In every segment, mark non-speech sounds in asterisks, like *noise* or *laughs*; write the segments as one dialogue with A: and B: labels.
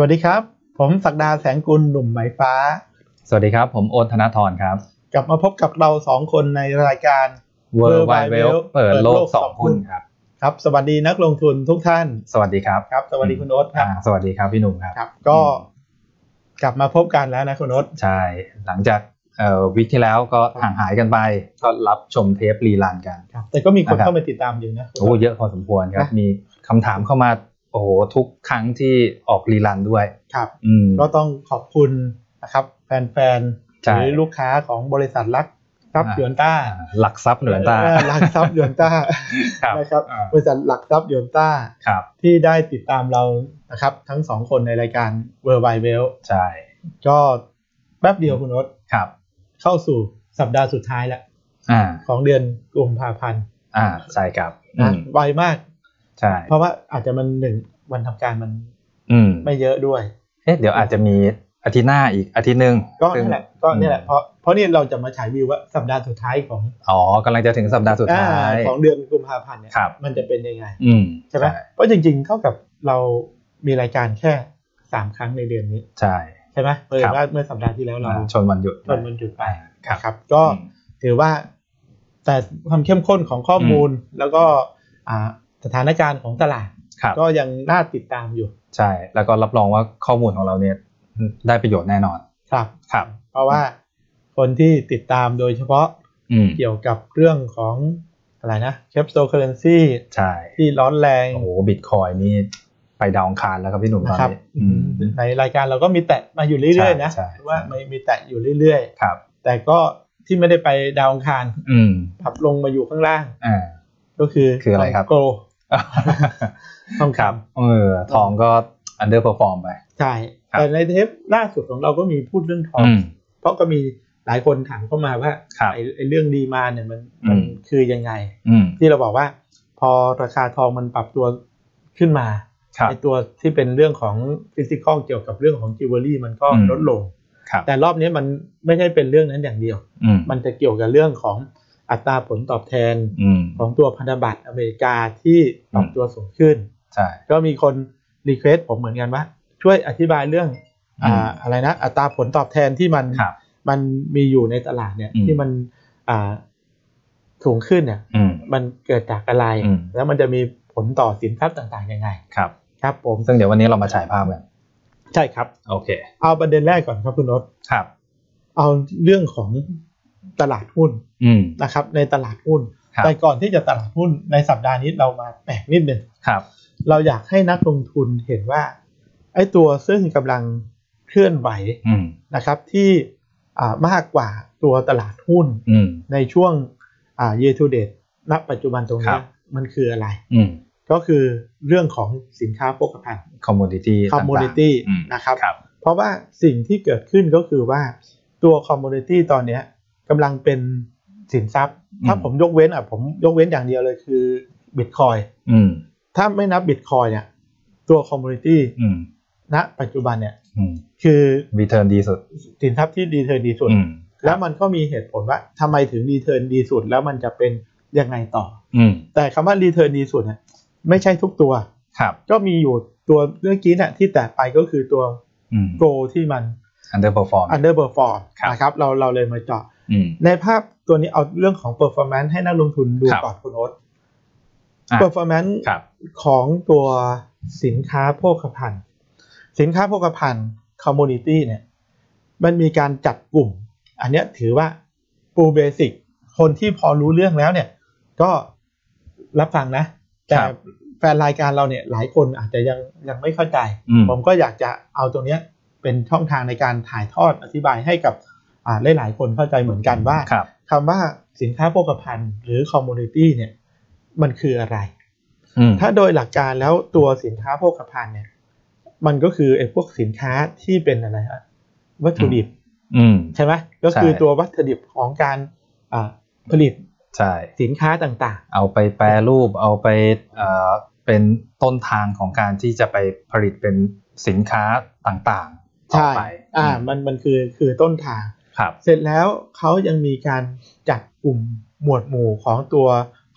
A: วัสดีครับ ผมศักดาแสงกุลหนุ่มไหมฟ้า
B: สวัสดีครับ ผมโอนธนาธรครับ
A: กลับมาพบกับเราสองคนในรายการ
B: เวอ
A: World
B: ร์ไว
A: Wide
B: เว
A: Web
B: ลเปิดโล
A: เปิดโล
B: ก
A: ก
B: ส
A: ส
B: อ
A: อง ง
B: หุ้น
A: หุ้น
B: ครับ
A: ครับ สวัสดีนักลงทุนทุกท่าน
B: สวัสดีครับ
A: ครับ สวัสดีคุณโอ๊ตครั
B: อ่า
A: บ
B: สวัสดีครับพี่หนุ่มครับ
A: ครับ ก็กลับมาพบกันแล้วนะคุณโอ๊ต
B: ใช่ หลังจากเอ่อวิกที่แล้วก็ห่างหายกันไป ก็รับชมเทปรีลันกัน
A: ครับ แต่ก็มีคน
B: นะครับ
A: เข้ามาติดตามอยู่นะคุณ
B: โอ้
A: โอ๊ต
B: เยอะพอสมควรครับ
A: นะ
B: มีคำถามเข้ามาโอ้โหทุกครั้งที่ออกรีลันด้วย
A: ครับ
B: อืม
A: ก็ต้องขอบคุณนะครับ แฟนๆ
B: ใช่
A: หรือลูกค้าของบริษัทรักทรัพย์
B: อ่า
A: หยวนต้า
B: อ่าหลักทรัพย์เหนือตา
A: เออรักทรัพย์หยวนต้า
B: ครับ
A: นะครับ
B: อ่า
A: บริษัทหลักทรัพย์หยวนต้า
B: ครับ
A: ที่ได้ติดตามเรานะครับ ทั้งสองคนในรายการเวอร์ไบเวล
B: ใช่
A: ก็แป๊บเดียวคุณโอ๊ต
B: ครับ
A: เข้าสู่สัปดาห์สุดท้ายแล้ว
B: อ่า
A: ของเดือนกุมภาพันธ์
B: อ่าใช่ครับอื
A: นะ
B: ม
A: ไวมาก
B: ใช่
A: เพราะว่าอาจจะมันหนึ่งวันทำการมัน
B: อืม
A: ไม่เยอะด้วย
B: เอ๊ะเดี๋ยวอาจจะมีอาทิตย์หน้าอีกอาทิตย์หนึ่ง
A: ก็
B: ซึ่ง
A: นี่แหละก็นี่แหละ
B: อืม
A: เพราะเพราะเนี่ยเราจะมาฉายวิวว่าสัปดาห์สุดท้ายของ
B: อ๋อกำลังจะถึงสัปดาห์สุดท้าย
A: อ่าของเดือนกุมภาพันธ์เนี่ย
B: ครับ
A: มันจะเป็นยังไง
B: อืม
A: ใช่ไหมเพราะจริงๆเท่ากับเรามีรายการแค่สามครั้งในเดือนนี้
B: ใช่
A: ใช่ไหมเออ
B: ครับ
A: ว่าเมื่อสัปดาห์ที่แล้วเรา
B: ชนวันหยุด
A: ชนมันหยุดไป
B: ครับ
A: นะครับก็
B: อืม
A: ถือว่าแต่ความเข้มข้นของข้อมูลแล้วก็อ่าสถานการณ์ของตลาด
B: ครับ
A: ก็ยังน่าติดตามอยู่
B: ใช่ แล้วก็รับรองว่าข้อมูลของเราเนี่ยได้ประโยชน์แน่นอน
A: ครับ
B: ครับ
A: เพราะว่าคนที่ติดตามโดยเฉพาะ
B: อืม
A: เกี่ยวกับเรื่องของอะไรนะคริปโตเคอเรนซี
B: ใช่
A: ที่ร้อนแรง
B: โอ้โหบิตคอยนี่ไปดาวอังคารแล้วครับพี่หนุ่มตอ
A: นะ
B: น
A: ครับ
B: นี้
A: อื
B: อื
A: ม
B: ม
A: ในรายการเราก็มีแตะมาอยู่เรื่อยๆนะ
B: ใช่ใช่
A: ว่าไม่มีแตะอยู่เรื่อย
B: ครับ
A: ๆ แต่ก็ที่ไม่ได้ไปดาวอังคาร
B: อืม
A: ปรับลงมาอยู่ข้างล่าง
B: อ่า *laughs*
A: ก็คือ
B: คืออะไรครับ
A: โกลทองคำ
B: เออทองก็อันเดอร์เพอร์ฟอร์มไป
A: ใช่
B: ครับ
A: แต่ในเทปล่าสุดของเราก็มีพูดเรื่องทอง
B: อืม
A: เพราะก็มีหลายคนถามเข้ามาว่า
B: ครับ
A: ไอ้ไอ้เรื่องดีมาเนี่ยมันมัน
B: อืม
A: คือยังไง
B: อืม
A: ที่เราบอกว่า พอราคาทองมันปรับตัวขึ้นมา
B: ครับ
A: ไอตัวที่เป็นเรื่องของฟิสิกอลเกี่ยวกับเรื่องของจิวเวลรี่มันก็
B: อืม
A: ลดลง
B: ครับ
A: แต่รอบนี้มันไม่ใช่เป็นเรื่องนั้นอย่างเดียว
B: อืม
A: มันจะเกี่ยวกับเรื่องของอัตราผลตอบแทน
B: อืม
A: ของตัวพันธบัตรอเมริกาที่ปรับ
B: อืม
A: ตัวสูงขึ้น
B: ใช่
A: ก็มีคนรีเควสผมเหมือนกันว่า ช่วยอธิบายเรื่อง
B: อื
A: อ่าม อะไรนะอัตราผลตอบแทนที่มัน
B: ครับ
A: มันมีอยู่ในตลาดเนี่ย
B: อืม
A: ที่มันอ่าสูงขึ้นเนี่ย
B: อืม
A: มันเกิดจากอะไร
B: อืม
A: แล้วมันจะมีผลต่อสินทรัพย์ต่างๆยังไง
B: ครับ
A: ครับผม
B: ซึ่งเดี๋ยววันนี้เรามาฉายภาพกัน
A: ใช่ครับ
B: โอเค
A: เอาประเด็นแรกก่อนครับคุณนศ
B: ครับ
A: เอาเรื่องของตลาดหุ้น
B: อืม
A: นะครับ ในตลาดหุ้น
B: ครับ
A: แต่ก่อนที่จะตลาดหุ้นในสัปดาห์นี้เรามาแปลกนิดหนึ่ง
B: ครับ
A: เราอยากให้นักลงทุนเห็นว่าไอ้ตัวซึ่งกำลังเคลื่อนไหว
B: อืม
A: นะครับที่อ่ามากกว่าตัวตลาดหุ้น
B: อืม
A: ในช่วงอ่า year to date ณปัจจุบันตรง
B: ครั
A: เนี้ย
B: บ
A: มันคืออะไร
B: อืม
A: ก็คือเรื่องของสินค้าโภคภัณฑ์
B: คอมมูนิตี้
A: commodity นะครับ
B: ครับ
A: เพราะว่าสิ่งที่เกิดขึ้นก็คือว่าตัว commodity ตอนเนี้ยกำลังเป็นสินทรัพย์
B: อืม
A: ถ้าผมยกเว้นอ่ะผมยกเว้นอย่างเดียวเลยคือ Bitcoin
B: อืม
A: ถ้าไม่นับ Bitcoin เนี่ยตัว commodity
B: อืม
A: ณปัจจุบันเนี่ย
B: อืม
A: คือ
B: รีเทิร์นดีสุด
A: สินทรัพย์ที่ดีเทอร์ดีสุด
B: อืม
A: แล้วมันก็มีเหตุผลว่าทำไมถึงรีเทิร์นดีสุดแล้วมันจะเป็นยังไงต่อ
B: อืม
A: แต่คำว่ารีเทิร์นดีสุดเนี่ยไม่ใช่ทุกตัว
B: ครับ
A: ก็มีอยู่ตัวเมื่อกี้เนี่ยที่แตะไปก็คือตัว
B: อืม
A: โกที่มัน
B: อันเดอร์เพอร์ฟอร์ม
A: อันเดอร์เ r อร์ฟอร์
B: ครับ
A: นะครับเราเราเลยมาเจาะ
B: อืม
A: ในภาพตัวนี้เอาเรื่องของ performance ให้นักลงทุนดู
B: ครับ
A: ก่อนคุณโอ๊ต
B: อ่ะ
A: performance
B: ครับ
A: ของตัวสินค้าโภคภัณฑ์ สินค้าโภคภัณฑ์ commodity เนี่ยมันมีการจัดกลุ่ม อันเนี้ยถือว่าปูเบสิกคนที่พอรู้เรื่องแล้วเนี่ย ก็รับฟังนะ แต่
B: ครับ
A: แฟนรายการเราเนี่ยหลายคนอาจจะยังยังไม่เข้าใจ
B: อืม
A: ผมก็อยากจะเอาตรงเนี้ยเป็นช่องทางในการถ่ายทอดอธิบายให้กับอ่าหลายๆคนเข้าใจเหมือนกันว่า
B: ครับ
A: คำว่าสินค้าโภคภัณฑ์หรือ commodity เนี่ยมันคืออะไร
B: อืม
A: ถ้าโดยหลักการแล้วตัวสินค้าโภคภัณฑ์เนี่ย มันก็คือไอ้พวกสินค้าที่เป็นอะไรฮะวัตถุดิบ
B: อืม
A: ใช่ไหมก็คือ
B: ใช่
A: ตัววัตถุดิบของการอ่าผลิต
B: ใช่
A: สินค้าต่าง
B: เอาไปแปรรูป เอาไปเอ่อเป็นต้นทางของการที่จะไปผลิตเป็นสินค้าต่าง
A: ๆ
B: ๆต่อ
A: ใช่
B: ไป
A: อ่ามันมันคือคือต้นทาง
B: ครับ
A: เสร็จแล้วเขายังมีการจัดกลุ่มหมวดหมู่ของตัว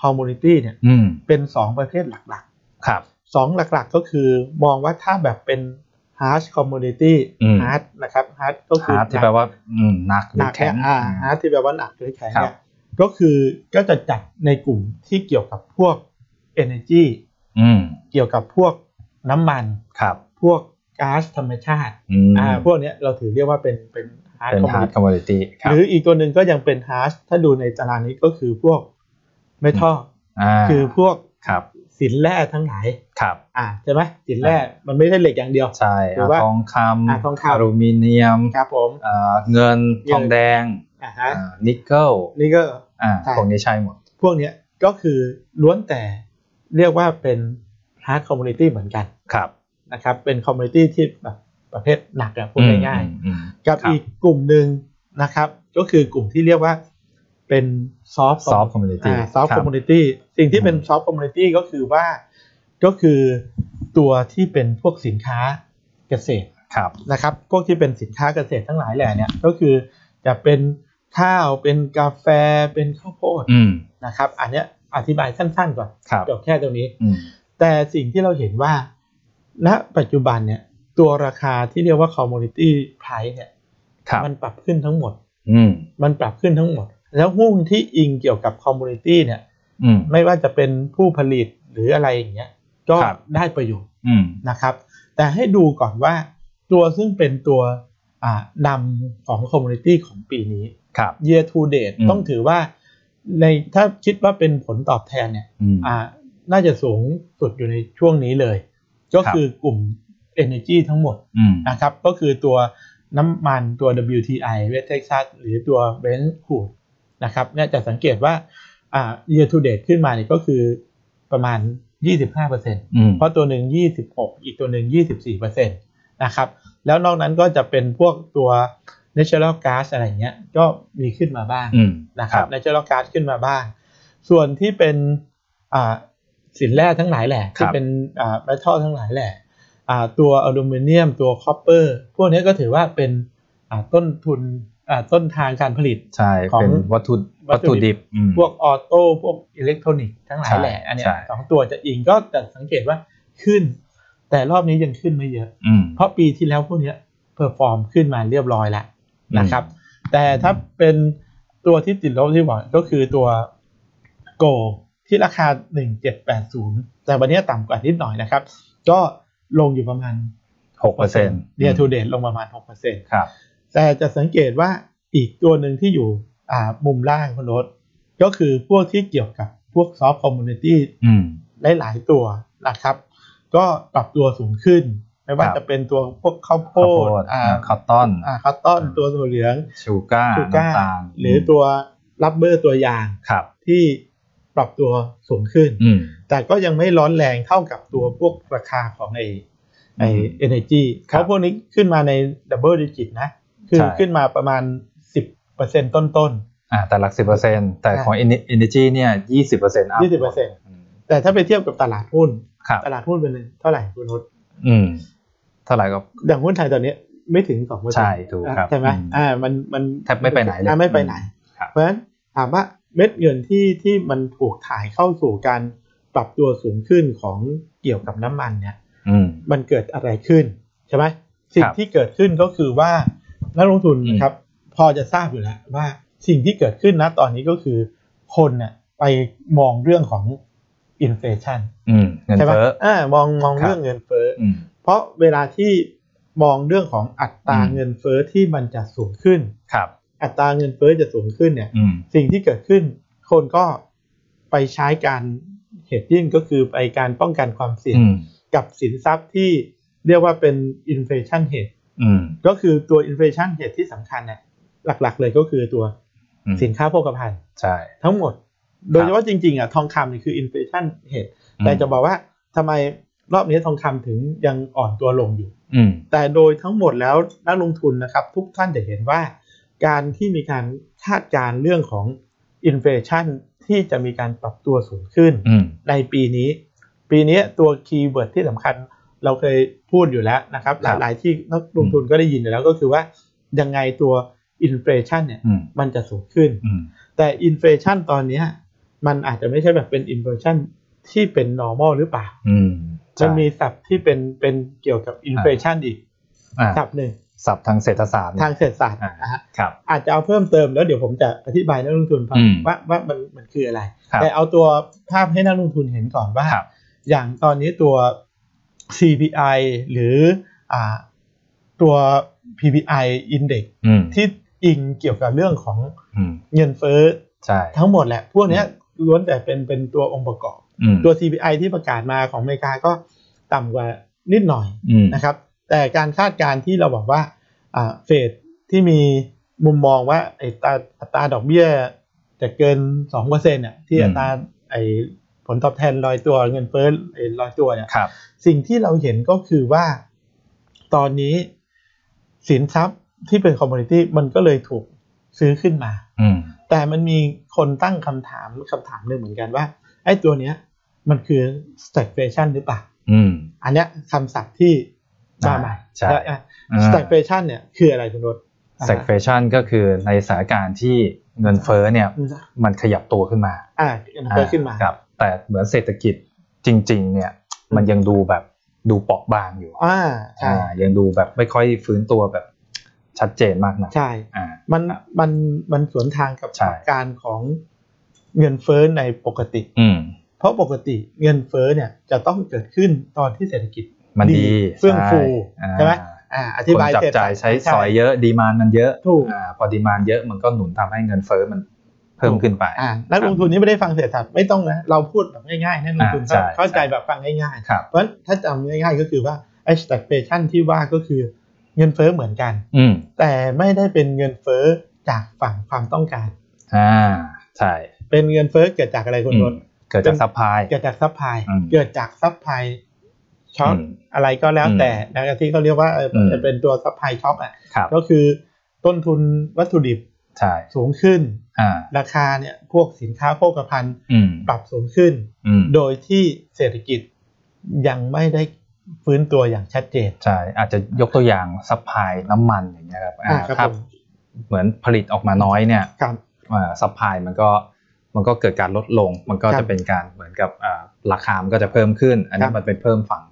A: commodity เนี่ย
B: อืม
A: เป็น 2 ประเภทหลักๆ
B: ครับ
A: สองหลักๆก็คือมองว่าถ้าแบบเป็นไฮ hard commodity
B: อืม
A: hard นะครับ hard ก็คือ
B: ฮาร์ดที่แปลว่าอืมหนักห
A: ห
B: รื
A: นั
B: อก แข็
A: แข็
B: ง
A: งอ่า hard ที่แปลว่าหนักหรือแข็ง
B: ครับ
A: เนี่ยก็คือก็จะจัดในกลุ่มที่เกี่ยวกับพวก energy
B: อืม
A: เกี่ยวกับพวกน้ำมัน
B: ครับ
A: พวกก๊าซธรรมชาติ
B: อืม
A: อ่าพวกเนี้ยเราถือเรียกว่าเป็นเป็น hard
B: เป็นฮาร์ด
A: commodity
B: คอมมอดิตี้ค
A: ห
B: รับ
A: รืออีกตัวหนึ่งก็ยังเป็น hard ถ้าดูในตารางนี้ก็คือพวก metal
B: า
A: คือพวก
B: ครับ
A: สินแร่ทั้งหลาย
B: ครับ
A: อ่าใช่ไหมสินแร่มันไม่ใช่เหล็กอย่างเดียว
B: ใช่
A: หรือว่า
B: ทองค
A: อ่าทอง
B: ำ
A: คำ
B: อลูมิเนียม
A: ครับผม
B: เอ่อเงินทองแดง
A: อ่าฮะ
B: อ่านิกเกิล
A: นี่ก็
B: อ่า
A: ใช่
B: พวกนี้ใช่หมด
A: พวกเนี้ยก็คือล้วนแต่เรียกว่าเป็น hard community เหมือนกัน
B: ครับ
A: นะครับ เป็น community ที่แบบประเภทหนักอะพูดง่าย
B: อืมอืมอืม
A: ๆ กับ
B: ครับ
A: อีกกลุ่มหนึ่งนะครับ ก็คือกลุ่มที่เรียกว่าเป็น soft
B: ซอฟต์คอมมูนิตี้
A: ซอฟต์คอมมูนิตี้สิ่งที่เป็น
B: อืม
A: ซอฟต์คอมมูนิตี้ก็คือว่าก็คือตัวที่เป็นพวกสินค้าเกษตร
B: ครับ
A: นะครับ พวกที่เป็นสินค้าเกษตรทั้งหลายแหล่เนี่ยก็คือจะเป็นข้าวเป็นกาแฟเป็นข้าวโพด
B: อืม
A: นะครับ อันเนี้ยอธิบายสั้นๆก่อน
B: ครับ
A: จบแค่ตรงนี้
B: อืม
A: แต่สิ่งที่เราเห็นว่า ณปัจจุบันเนี่ยตัวราคาที่เรียกว่าคอมมูนิตี้ไพรเนี่ย
B: ครับ
A: มันปรับขึ้นทั้งหมด
B: อืม
A: มันปรับขึ้นทั้งหมด แล้วหุ้นที่อิงเกี่ยวกับคอมมูนิตี้เนี่ย
B: อืม
A: ไม่ว่าจะเป็นผู้ผลิตหรืออะไรอย่างเงี้ยก็
B: ครับ
A: ได้ประโยชน์
B: อืม
A: นะครับ แต่ให้ดูก่อนว่าตัวซึ่งเป็นตัวอ่านำของคอมมูนิตี้ของปีนี้
B: ครับ
A: year to date
B: อืม
A: ต้องถือว่าในถ้าคิดว่าเป็นผลตอบแทนเนี่ย
B: อืม
A: อ่าน่าจะสูงสุดอยู่ในช่วงนี้เลย ก็
B: ครับ
A: คือกลุ่ม Energy ทั้งหมด
B: อืม
A: นะครับ ก็คือตัวน้ำมันตัว WTI West Texas หรือตัว Brent crude นะครับเนี่ยจะสังเกตว่าอ่า year to date ขึ้นมาเนี่ยก็คือประมาณ 25%เ
B: อืม
A: พราะตัวหนึ่ง 26 อีกตัวหนึ่ง 24%นะครับ แล้วนอกนั้นก็จะเป็นพวกตัว natural gas อะไรเงี้ย ก็มีขึ้นมาบ้าง
B: อืม
A: นะครับ
B: ครับ
A: natural gas ขึ้นมาบ้าง ส่วนที่เป็นอ่าสินแร่ทั้งหลายแหละ
B: ครั
A: ที่
B: บ
A: เป็นอ่า metal ทั้งหลายแหละอ่าตัวอลูมิเนียมตัว copper พวกเนี้ยก็ถือว่าเป็นอ่าต้นทุนอ่าต้นทางการผลิต
B: ใช่
A: ของ
B: เป็นวัตถุ
A: วั
B: วั
A: ต
B: ต
A: ถุ
B: ถุ
A: ดิ
B: ดิ
A: บ
B: บอืม
A: พวกออโต้พวกอิเล็กทรอนิกส์ทั้งหลายแหละ
B: ใช่
A: อันเนี้ย
B: ใช่
A: สองตัวจะอิงก็แต่สังเกตว่าขึ้น แต่รอบนี้ยังขึ้นไม่เยอะ
B: อืม
A: เพราะปีที่แล้วพวกเนี้ยเพอร์ฟอร์มขึ้นมาเรียบร้อยแล้วนะครับ แต่ถ้าเป็นตัวที่ติดลบที่บอกก็คือตัวโกที่ราคา 1780 แต่วันนี้ต่ำกว่านิดหน่อยนะครับ ก็ลงอยู่ประมาณ
B: หกเปอร์เซ็นต์
A: เดียทูเดตลงประมาณ 6%
B: ครับ
A: แต่จะสังเกตว่าอีกตัวหนึ่งที่อยู่อ่ามุมล่างคุณรถก็คือพวกที่เกี่ยวกับพวกซอฟต์คอมมูนิตี้
B: อืม
A: หลาย ๆ ตัวนะครับ ก็ปรับตัวสูงขึ้น ไม่ว่า
B: ครับ
A: จะเป็นตัวพวกข้าวโพ
B: ข้าวโพ
A: ด
B: ด
A: อ่า
B: คอตตอน
A: อ่าข้าวต้อนตัวถั่วเหลือง
B: ชูก้า
A: ชูก้า
B: น้ำตาล
A: หรือตัวรับเบอร์ตัวยาง
B: ครับ
A: ที่ปรับตัวสูงขึ้น
B: อืม
A: แต่ก็ยังไม่ร้อนแรงเท่ากับตัวพวกราคาของไอไอ
B: อืม
A: เอเนจี
B: ครับ
A: เขาพวกนี้ขึ้นมาในดับเบิลดิจิตนะ คือ
B: ใช่
A: ขึ้นมาประมาณ 10%ต้น
B: อ่าแต่หลักสิบเปอร์เซ็นต์แต่
A: ใช่
B: ของ Ener- Energy เนี่ยยี่สิบเปอร์เซ็นต์
A: ๆ 20%
B: อืม
A: แต่ถ้าไปเทียบกับตลาดหุ้น
B: ครับ
A: ตลาดหุ้นเป็นเท่าไหร่คุณนุช
B: อืม เท่าไหร่ก็
A: อย่างหุ้นไทยตอนนี้ไม่ถึง2%
B: ใช่ถูกครับ
A: ใช่ไหม
B: อืม
A: อ่ามันมัน
B: แทบไม่ไปไหนเลย
A: อ่าไม่ไปไหน
B: ครับ
A: เพราะฉะนั้นถามว่าเม็ดเงินที่ที่มันถูกถ่ายเข้าสู่การปรับตัวสูงขึ้นของเกี่ยวกับน้ำมันเนี่ย
B: อืม
A: มันเกิดอะไรขึ้นใช่ไหมสิ่งที่เกิดขึ้นก็คือว่านักลงทุน
B: อืม
A: นะครับ พอจะทราบอยู่แล้วว่าสิ่งที่เกิดขึ้นนะตอนนี้ก็คือคนน่ะไปมองเรื่องของอินฟลชัน
B: อืมเงิน
A: ใช่ไหม
B: เฟ้อ
A: อ่ามองมอง
B: ครับ
A: เรื่องเงินเฟ้อ
B: อืม
A: เพราะเวลาที่มองเรื่องของอัตรา
B: อืม
A: เงินเฟ้อที่มันจะสูงขึ้น
B: ครับ
A: อัตราเงินเฟ้อจะสูงขึ้นเนี่ย
B: อืม
A: สิ่งที่เกิดขึ้น คนก็ไปใช้การเฮดดิ้งก็คือไปการป้องกันความเสี่ยง
B: อืม
A: กับสินทรัพย์ที่เรียกว่าเป็น inflation hedge
B: อืม
A: ก็คือตัว inflation hedge ที่สำคัญเนี่ยหลักๆ เลยก็คือตัว
B: อืม
A: สินค้าโภคภัณฑ์
B: ใช่
A: ทั้งหมด โดยเฉพาะจริงๆอ่ะทองคำเนี่ยคือ inflation hedge
B: อืม
A: แต่จะบอกว่าทำไมรอบนี้ทองคำถึงยังอ่อนตัวลงอยู่
B: อืม
A: แต่โดยทั้งหมดแล้วนักลงทุนนะครับ ทุกท่านจะเห็นว่า การที่มีการคาดการณ์เรื่องของ inflation ที่จะมีการปรับตัวสูงขึ้น
B: อืม
A: ในปีนี้ ปีนี้ตัวคีย์เวิร์ดที่สำคัญเราเคยพูดอยู่แล้วนะครับ
B: ครับ
A: หลายๆที่นักลงทุนก็ได้ยินอยู่แล้วก็คือว่ายังไงตัวอินฟลชันเนี่ย
B: อืม
A: มันจะสูงขึ้น
B: อืม
A: แต่อินฟลชันตอนเนี้ยมันอาจจะไม่ใช่แบบเป็นอินฟลชันที่เป็น normal หรือเปล่า
B: อืม
A: มันมี
B: ใช่
A: ศัพท์ที่เป็นเป็นเกี่ยวกับอินฟลชันอีก
B: อ่า
A: ศัพท์หนึ่ง
B: ศัพท์ทางเศรษฐศาสตร์เนี่ย
A: ทางเศรษฐศาสตร์นะฮะ
B: ครับ
A: อาจจะเอาเพิ่มเติมแล้วเดี๋ยวผมจะอธิบายนักลงทุนฟัง
B: อืม
A: ว่าว่ามันมันคืออะไร
B: ครับ
A: แต่เอาตัวภาพให้นักลงทุนเห็นก่อนว่า
B: ครับ
A: อย่างตอนนี้ตัว CPI หรืออ่าตัว PPI Index
B: อืม
A: ที่อิงเกี่ยวกับเรื่องของ
B: อืม
A: เงินเฟ้อ
B: ใช่
A: ทั้งหมดแหละ พวกเนี้ยล้วนแต่เป็นเป็นตัวองค์ประกอบ
B: อืม
A: ตัว CPI ที่ประกาศมาของอเมริกาก็ต่ำกว่านิดหน่อย
B: อืม
A: นะครับ แต่การคาดการณ์ที่เราบอกว่าอ่าเฟดที่มีมุมมองว่าไอ้ตราอัตราดอกเบี้ยจะเกิน 2%เนี่ยที่อัตราไอ้ผลตอบแทนลอยตัวเงินเฟ้อไอ้ลอยตัวเนี่ย
B: ครับ
A: สิ่งที่เราเห็นก็คือว่าตอนนี้สินทรัพย์ที่เป็นคอมมูนิตี้มันก็เลยถูกซื้อขึ้นมา
B: อืม
A: แต่มันมีคนตั้งคำถามคำถามหนึ่งเหมือนกันว่า ไอ้ตัวเนี้ยมันคือ stagflation หรือเปล่า
B: อืม
A: อันเนี้ยคำศัพท์ที่มาใหม่
B: ใช่
A: และอ่ะ stagflation เนี่ยคืออะไรคุณรถ
B: แซกเฟชันก็คือในสถานการณ์ที่เงินเฟ้อเนี่ย มันขยับตัวขึ้นมา
A: อ่าเกิดขึ้นมา
B: ครับ แต่เหมือนเศรษฐกิจจริง ๆ เนี่ย มันยังดูแบบดูเปราะบางอยู่
A: อ่าใช่
B: อ่ายังดูแบบไม่ค่อยฟื้นตัวแบบชัดเจนมากนะ
A: ใช่
B: อ่า
A: มันมันมันสวนทางกับห
B: ใช่
A: ลักการของเงินเฟ้อในปกติ
B: อืม
A: เพราะปกติเงินเฟ้อเนี่ยจะต้องเกิดขึ้นตอนที่เศรษฐกิจ
B: มันดี
A: เฟื่องฟู
B: อ่า
A: ใช่ไหมอ่าอธิบาย
B: คนจับ
A: เสร็จ
B: จ่ายใช้
A: ช่
B: สอยเยอะดีมานมันเยอะ
A: ถูก
B: อ่าพอดีมานเยอะมันก็หนุนทำให้เงินเฟ้อมันเพิ่มขึ้นไป
A: อ่านักลงทุนนี่ไม่ได้ฟังเศรษฐศาสตร์ไม่ต้องนะเราพูดแบบง่ายๆนักลงทุน
B: อ่าใช่
A: เข้าเข้าใจแบบฟังง่าย
B: ครับ
A: ๆ เพราะฉะนั้นถ้าจำง่ายๆก็คือว่าไอ้ stagflation ที่ว่าก็คือเงินเฟ้อเหมือนกัน
B: อืม
A: แต่ไม่ได้เป็นเงินเฟ้อจากฝั่งความต้องการ
B: อ่าใช่
A: เป็นเงินเฟ้อเกิดจากอะไรคุณร
B: อืม
A: ถ
B: เกิดจากซัพพลาย
A: เกิดจากซัพพลาย
B: อืม
A: เกิดจากซัพพลายช็อค
B: อืม
A: อะไรก็แล้ว
B: อืม
A: แต่นะครับที่เขาเรียกว่าเอ่ออ
B: ม
A: จะเป็นตัวซัพพลายช็อคอ่ะ
B: ครับ
A: ก็คือต้นทุนวัตถุดิบ
B: ใช่
A: สูงขึ้น
B: อ่า
A: ราคาเนี่ยพวกสินค้าโภคภัณฑ์
B: อืม
A: ปรับสูงขึ้น
B: อืม
A: โดยที่เศรษฐกิจยังไม่ได้ฟื้นตัวอย่างชัดเจน
B: ใช่อาจจะยกตัวอย่างซัพพลายน้ำมันอย่างเงี้ยครับอ่า
A: อ่าครับผ
B: ถ้า
A: ม
B: เหมือนผลิตออกมาน้อยเนี่ย
A: ครับ
B: อ่าซัพพลายมันก็มันก็เกิดการลดลง มันก็
A: ครั
B: จะ
A: บ
B: เป็นการเหมือนกับอ่าราคามันก็จะเพิ่มขึ้น อัน
A: ค
B: นี้
A: รับ
B: มันเป็นเพิ่มฝั่ง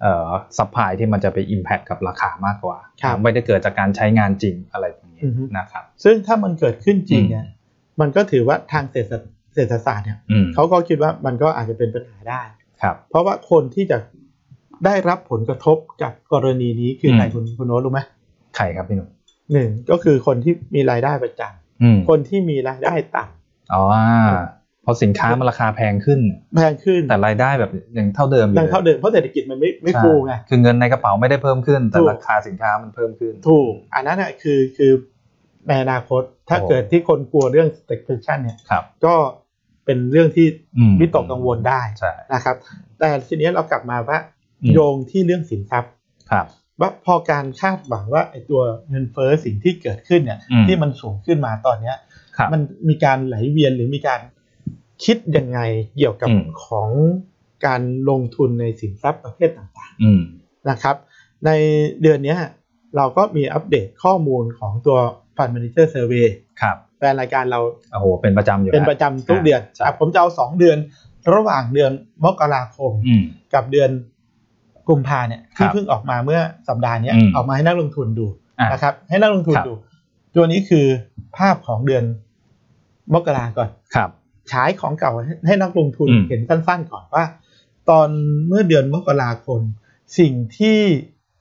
B: เอ่อซัพพลายที่มันจะไป Impact กับราคามากกว่า
A: ครับ
B: ไม่ได้เกิดจากการใช้งานจริงอะไรพวกนี้
A: อือฮึ
B: นะครับ
A: ซึ่งถ้ามันเกิดขึ้นจริงเนี่ยมันก็ถือว่าทางเศรษฐเศรษฐศาสตร์เนี่ย
B: อืม
A: เขาก็คิดว่ามันก็อาจจะเป็นปัญหาได้
B: ครับ
A: เพราะว่าคนที่จะได้รับผลกระทบจากกรณีนี้คือใคร
B: อืม
A: คุณคุณโน้ตรู้ไหม
B: ใครครับพี่หนุ่ม
A: หนึ่งก็คือคนที่มีรายได้ประจ
B: อืม
A: ำคนที่มีรายได้ต่
B: อ๋อเพราะสินค้ามันราคาแพงขึ้น
A: ำแพงขึ้น
B: แต่รายได้แบบยังเท่าเดิมอยู่
A: ดัง
B: ลย
A: เท่าเดิมเพราะเศรษฐกิจมันไม่ไม่
B: ใช่
A: ฟูไง
B: คือเงินในกระเป๋าไม่ได้เพิ่มขึ้น แต่
A: ถูก
B: ราคาสินค้ามันเพิ่มขึ้น
A: ถูก อันนั้นน่ะคือคือในอนาคตถ้า
B: โอ้
A: เกิดที่คนกลัวเรื่อง stagflation เนี่ย
B: ครับ
A: ก็เป็นเรื่องที่
B: อืม
A: วิตกกังวลได้
B: ใช่
A: นะครับ แต่ทีนี้เรากลับมาว่าโยงที่เรื่องสินทรัพย์
B: ครับ
A: ว่าพอการคาดหวังว่าไอ้ตัวเงินเฟ้อสิ่งที่เกิดขึ้นเนี่ย
B: อืม
A: ที่มันสูงขึ้นมาตอนเนี้ย
B: ครับ
A: มันมีการไหลเวียนหรือมีการคิดยังไงเกี่ยวกับ
B: อืม
A: ของการลงทุนในสินทรัพย์ประเภทต่าง
B: อืม
A: ๆนะครับ ในเดือนเนี้ยเราก็มีอัปเดตข้อมูลของตัว Fund Manager Survey
B: ครับ
A: แฟนรายการเรา
B: โอ้โหเป็นประจำอยู่
A: เป็น
B: แล้ว
A: ประจำทุกเดือน
B: ใช่
A: อ่ะผมจะเอา 2 เดือนระหว่างเดือนมกราคม
B: อืม
A: กับเดือนกุมภาเนี่ย
B: ครั
A: ที่
B: บ
A: เพิ่งออกมาเมื่อสัปดาห์เนี้ย
B: อืม
A: ออกมาให้นักลงทุนดู
B: อ่ะ
A: นะครับ ให้นักลงทุน
B: ครับ
A: ดู ตัวนี้คือภาพของเดือนมกราก่อน
B: ครับ
A: ฉายของเก่าให้นักลงทุน
B: อืม
A: เห็นสั้นๆก่อนว่า ตอนเมื่อเดือนมกราคมสิ่งที่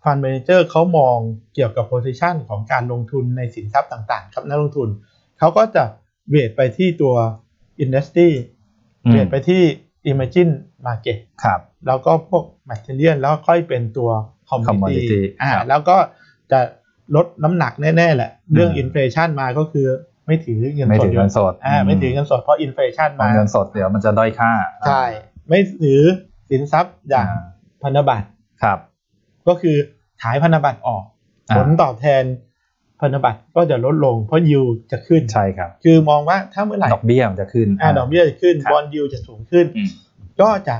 A: ฟันเมนเจอร์เขามองเกี่ยวกับ position ของการลงทุนในสินทรัพย์ต่างๆ ครับนักลงทุน เขาก็จะเวทไปที่ตัว industry
B: อืม
A: เวทไปที่ imagine market
B: ครับ
A: แล้วก็พวก material แล้วค่อยเป็นตัว commodity
B: commodity
A: อ่า
B: ครับ
A: แล้วก็จะลดน้ำหนักแน่ๆแหละ เรื่อง
B: อืม
A: อินฟลชันมาก็คือไม่ถือเงิน
B: ไม่
A: สด
B: ถือเงินสด
A: อ่าไม่ถือเงินสดเพราะอินฟลชัน
B: เพราะ
A: มา
B: เงินสดเดี๋ยวมันจะด้อยค่า
A: ใช่ ไม่ถือสินทรัพย์อย่างพันธบัตร
B: ครับ
A: ก็คือขายพันธบัตรออก ผล
B: อ่า
A: ตอบแทนพันธบัตรก็จะลดลงเพราะยิวจะขึ้น
B: ใช่ครับ
A: คือมองว่าถ้าเมื่อไหร่
B: ดอกเบี้ยมันจะขึ้น
A: อ่าดอกเบี้ยจะขึ้น
B: ครับ
A: บอลยิวจะสูงขึ้น
B: อืม
A: ก็จะ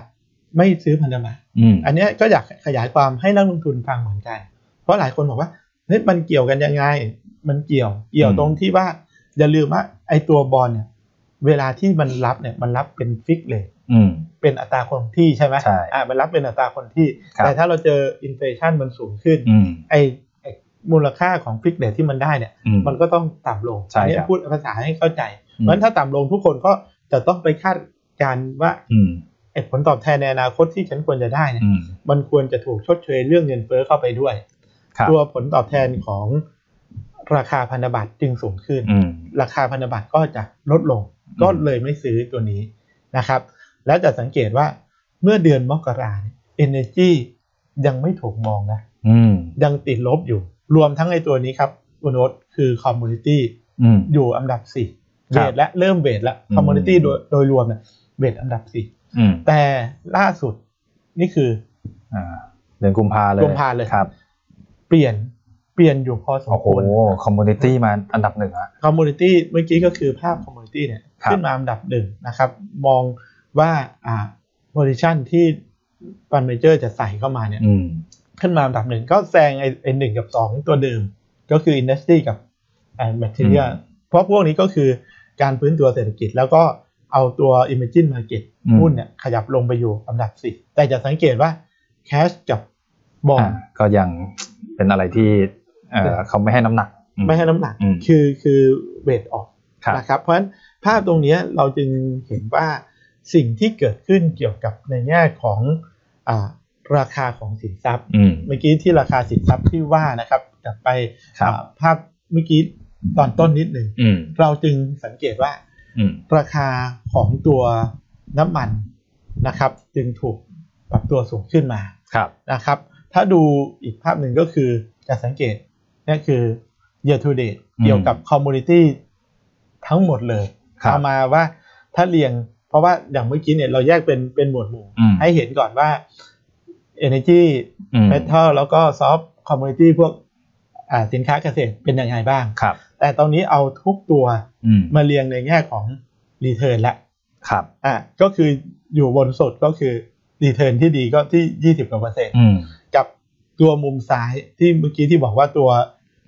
A: ไม่ซื้อพันธบัตร
B: อืม
A: อันเนี้ยก็อยากขยายความให้นักลงทุนฟังเหมือนกัน เพราะหลายคนบอกว่าเฮ้ยมันเกี่ยวกันยังไง มันเกี่ยว เกี่ยวตรงที่ว่าอย่าลืมว่าไอ้ตัวบอลเนี่ย เวลาที่มันรับเนี่ยมันรับเป็นฟิกเลย
B: อืม
A: เป็นอัตราคงที่ใช่ไหม
B: ใช่
A: อ่ามันรับเป็นอัตราคงที่
B: ครับ
A: แต่ถ้าเราเจออินเฟชันมันสูงขึ้น
B: อืม
A: ไอ้ไอ้ มูลค่าของฟิกเนสที่มันได้เนี่ย
B: อืม
A: มันก็ต้องต่ำลง
B: ใช่
A: อันนี้
B: ครับ
A: พูดภาษาให้เข้าใจ
B: อื
A: เพ
B: ม
A: ราะฉะนั้นถ้าต่ำลงทุกคนก็จะต้องไปคาดการณ์ว่า
B: อืม
A: ไอ้ผลตอบแทนในอนาคตที่ฉันควรจะได้เนี่ย
B: อืม
A: มันควรจะถูกชดเชยเรื่องเงินเฟ้อเข้าไปด้วย
B: ครับ
A: ตัวผลตอบแทนของราคาพันธบัตรจึงสูงขึ้น
B: อืม
A: ราคาพันธบัตรก็จะลดลง
B: ม
A: ก็เลยไม่ซื้อตัวนี้นะครับ และจะสังเกตว่าเมื่อเดือนมกราเนี่ยเอเนจียังไม่ถูกมองนะ
B: อืม
A: ยังติดลบอยู่ รวมทั้งไอตัวนี้ครับอุณโนตคือคอมมูนิตี้
B: อืม
A: อยู่อันดับสี่
B: ค
A: เว
B: รับ
A: ทและเริ่มเวทละ
B: อืม
A: คอมมูนิตี้โดยโดยรวมเนี่ยเวทอันดับสี่
B: อืม
A: แต่ล่าสุดนี่คือ
B: อ่าเดือนกุมภาเลย
A: กุมภาเลย
B: ครับ
A: เปลี่ยนเปลี่ยนอยู่พอสม
B: โอ้
A: ค
B: โห
A: วร
B: คอมมูนิตี้มาอันดับหนึ่งอะ
A: คอมมูนิตี้เมื่อกี้ก็คือภาพคอมมูนิตี้เนี่ย
B: ครับ
A: ขึ้นมาอันดับหนึ่งนะครับ มองว่าอ่าโพซิชันที่ฟันเมเจอร์จะใส่เข้ามาเนี่ย
B: อืม
A: ขึ้นมาอันดับหนึ่งก็แซงไอ้ไอ้หนึ่งกับสองตัวเดิม ก็คืออินดัสตรีกับไอ้แมทเทีย
B: อืม
A: เพราะพวกนี้ก็คือการพื้นตัวเศรษฐกิจ แล้วก็เอาตัว Imagine Market
B: อืม
A: หุ้นเนี่ยขยับลงไปอยู่อันดับสี่แต่จะสังเกตว่าแคชกับบอล
B: อ่าก็ยังเป็นอะไรที่เอ่อเขาไม่ให้น้ำหนักอื
A: ไม่ให้น้ำหนัก
B: อืม
A: คือคือเวทออก
B: ครับ
A: นะครับเพราะฉะนั้นภาพตรงเนี้ยเราจึงเห็นว่าสิ่งที่เกิดขึ้นเกี่ยวกับในแง่ของอาราคาของสินทรัพย์
B: อืม
A: เมื่อกี้ที่ราคาสินทรัพย์ที่ว่านะครับกลับไป
B: ครับ
A: อ่าภาพเมื่อกี้ตอนต้นนิดหนึ่ง
B: อืม
A: เราจึงสังเกตว่า
B: อืม
A: ราคาของตัวน้ำมันนะครับ จึงถูกปรับตัวสูงขึ้นมา
B: ครับ
A: นะครับ ถ้าดูอีกภาพหนึ่งก็คือจะสังเกตนี่คือ year to date เกี่ยวกับคอมมูนิตี้ทั้งหมดเลย
B: ครับ
A: เอามาว่าถ้าเรียง เพราะว่าอย่างเมื่อกี้เนี่ยเราแยกเป็นเป็นหมวดหมู่
B: อืม
A: ให้เห็นก่อนว่า Energy
B: อืม
A: Metal แล้วก็ Soft Commodity พวกอ่าสินค้าเกษตรเป็นยังไงบ้าง
B: ครับ
A: แต่ตอนนี้เอาทุกตัว
B: อืม
A: มาเรียงในแง่ของ Return ละ
B: ครับ
A: อ่ะก็คืออยู่บนสุดก็คือ Return ที่ดีก็ที่ 20กว่าเปอร์เซ็นต์
B: อืม
A: กับตัวมุมซ้ายที่เมื่อกี้ที่บอกว่าตัว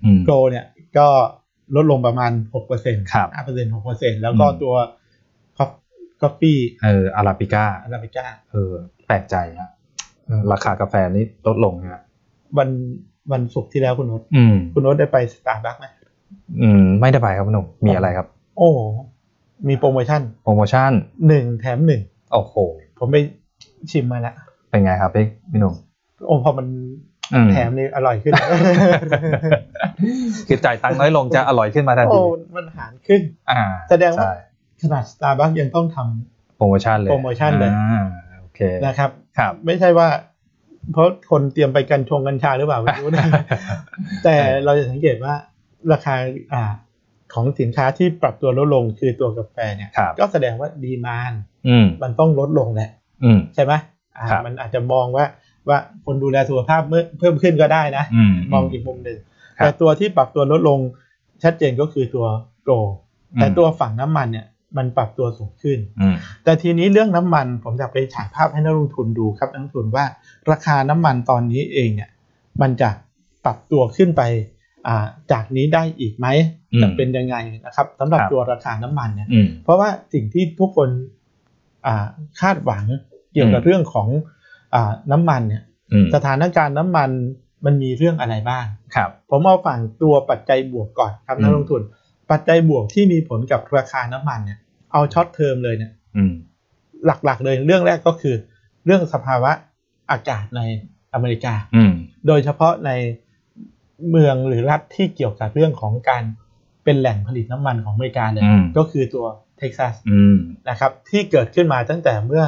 B: อืม
A: โกลเนี่ยก็ลดลงประมาณ 6%
B: ครับ
A: 5% 6%แล้วก็
B: อืม
A: ตัวกาแฟ
B: เอออาราบิก้า
A: อาราบิก้า
B: เออแปลกใจฮะเออราคากาแฟนี่ลดลงฮะ
A: วันวันศุกร์ที่แล้วคุณโนต
B: อืม
A: คุณโนตได้ไปสตาร์บัคไหม
B: อืม ไม่ได้ไปครับคุณหนุ่มมีอะไรครับ
A: โอ้โหมีโปรโมชั่น
B: โปรโมชั่น
A: หนึ่งแถมหนึ่ง
B: โอ้โห
A: ผมไปชิมมาแล้ว
B: เป็นไงครับพี่พี่หนุ่ม
A: โอ้พอมัน
B: อื
A: แถมนี่อร่อยขึ้น
B: *laughs* คือจ่ายตังค์น้อยลงจะอร่อยขึ้นมาทันที
A: โอ้มันหารขึ้น
B: อ่า
A: แสดงว่า
B: ใช่
A: ขนาดสตาร์บัคยังต้องท
B: โปรโมชั่นเลย
A: โปรโมชั่นเลย
B: อ่าโอเค
A: ำนะครับ
B: ครับ
A: ไม่ใช่ว่า เพราะคนเตรียมไปกันชงกัญชาหรือเปล่าไม่
B: *laughs*
A: รู้นะ แต่เราจะสังเกตว่าราคาอ่าของสินค้าที่ปรับตัวลดลงคือตัวกาแฟเนี่ย
B: ครับ
A: ก็แสดงว่าดีมาน
B: อืม
A: มันต้องลดลงแหละ
B: อืม
A: ใช่ไหมอ่า
B: ครับ
A: มันอาจจะมองว่าว่าคนดูแลสุขภาพเมื่อเพิ่มขึ้นก็ได้นะ
B: อืม
A: มองอีกมุมหนึ่ง
B: ครับ
A: แต่ตัวที่ปรับตัวลดลงชัดเจนก็คือตัวโกลด์แต่ตัวฝั่งน้ำมันเนี่ยมันปรับตัวสูงขึ้น
B: อืม
A: แต่ทีนี้เรื่องน้ำมันผมจะไปฉายภาพให้นักลงทุนดูครับนักลงทุนว่าราคาน้ำมันตอนนี้เองเนี่ยมันจะปรับตัวขึ้นไปอ่าจากนี้ได้อีกไหม
B: อืม
A: จะเป็นยังไงนะครับสำหรับ
B: ครับ
A: ตัวราคาน้ำมันเนี่ย
B: อืม
A: เพราะว่าสิ่งที่ทุกคนอ่าคาดหวังเกี่ยวกับ
B: อืม
A: เรื่องของอ่าน้ำมันเนี่ย
B: อืม
A: สถานการณ์น้ำมันมันมีเรื่องอะไรบ้าง
B: ครับ
A: ผมเอาฝั่งตัวปัจจัยบวกก่อนครับ
B: อืม
A: นักลงทุน ปัจจัยบวกที่มีผลกับราคาน้ำมันเนี่ยเอาช็อตเทอมเลยเนี่ย
B: อืม
A: หลักๆเลยเรื่องแรกก็คือ เรื่องสภาวะอากาศในอเมริกา
B: อืม
A: โดยเฉพาะในเมืองหรือรัฐที่เกี่ยวกับเรื่องของการเป็นแหล่งผลิตน้ำมันของอเมริกาเลย
B: อืม
A: ก็คือตัวเท็กซัส
B: อืม
A: นะครับที่เกิดขึ้นมาตั้งแต่เมื่อ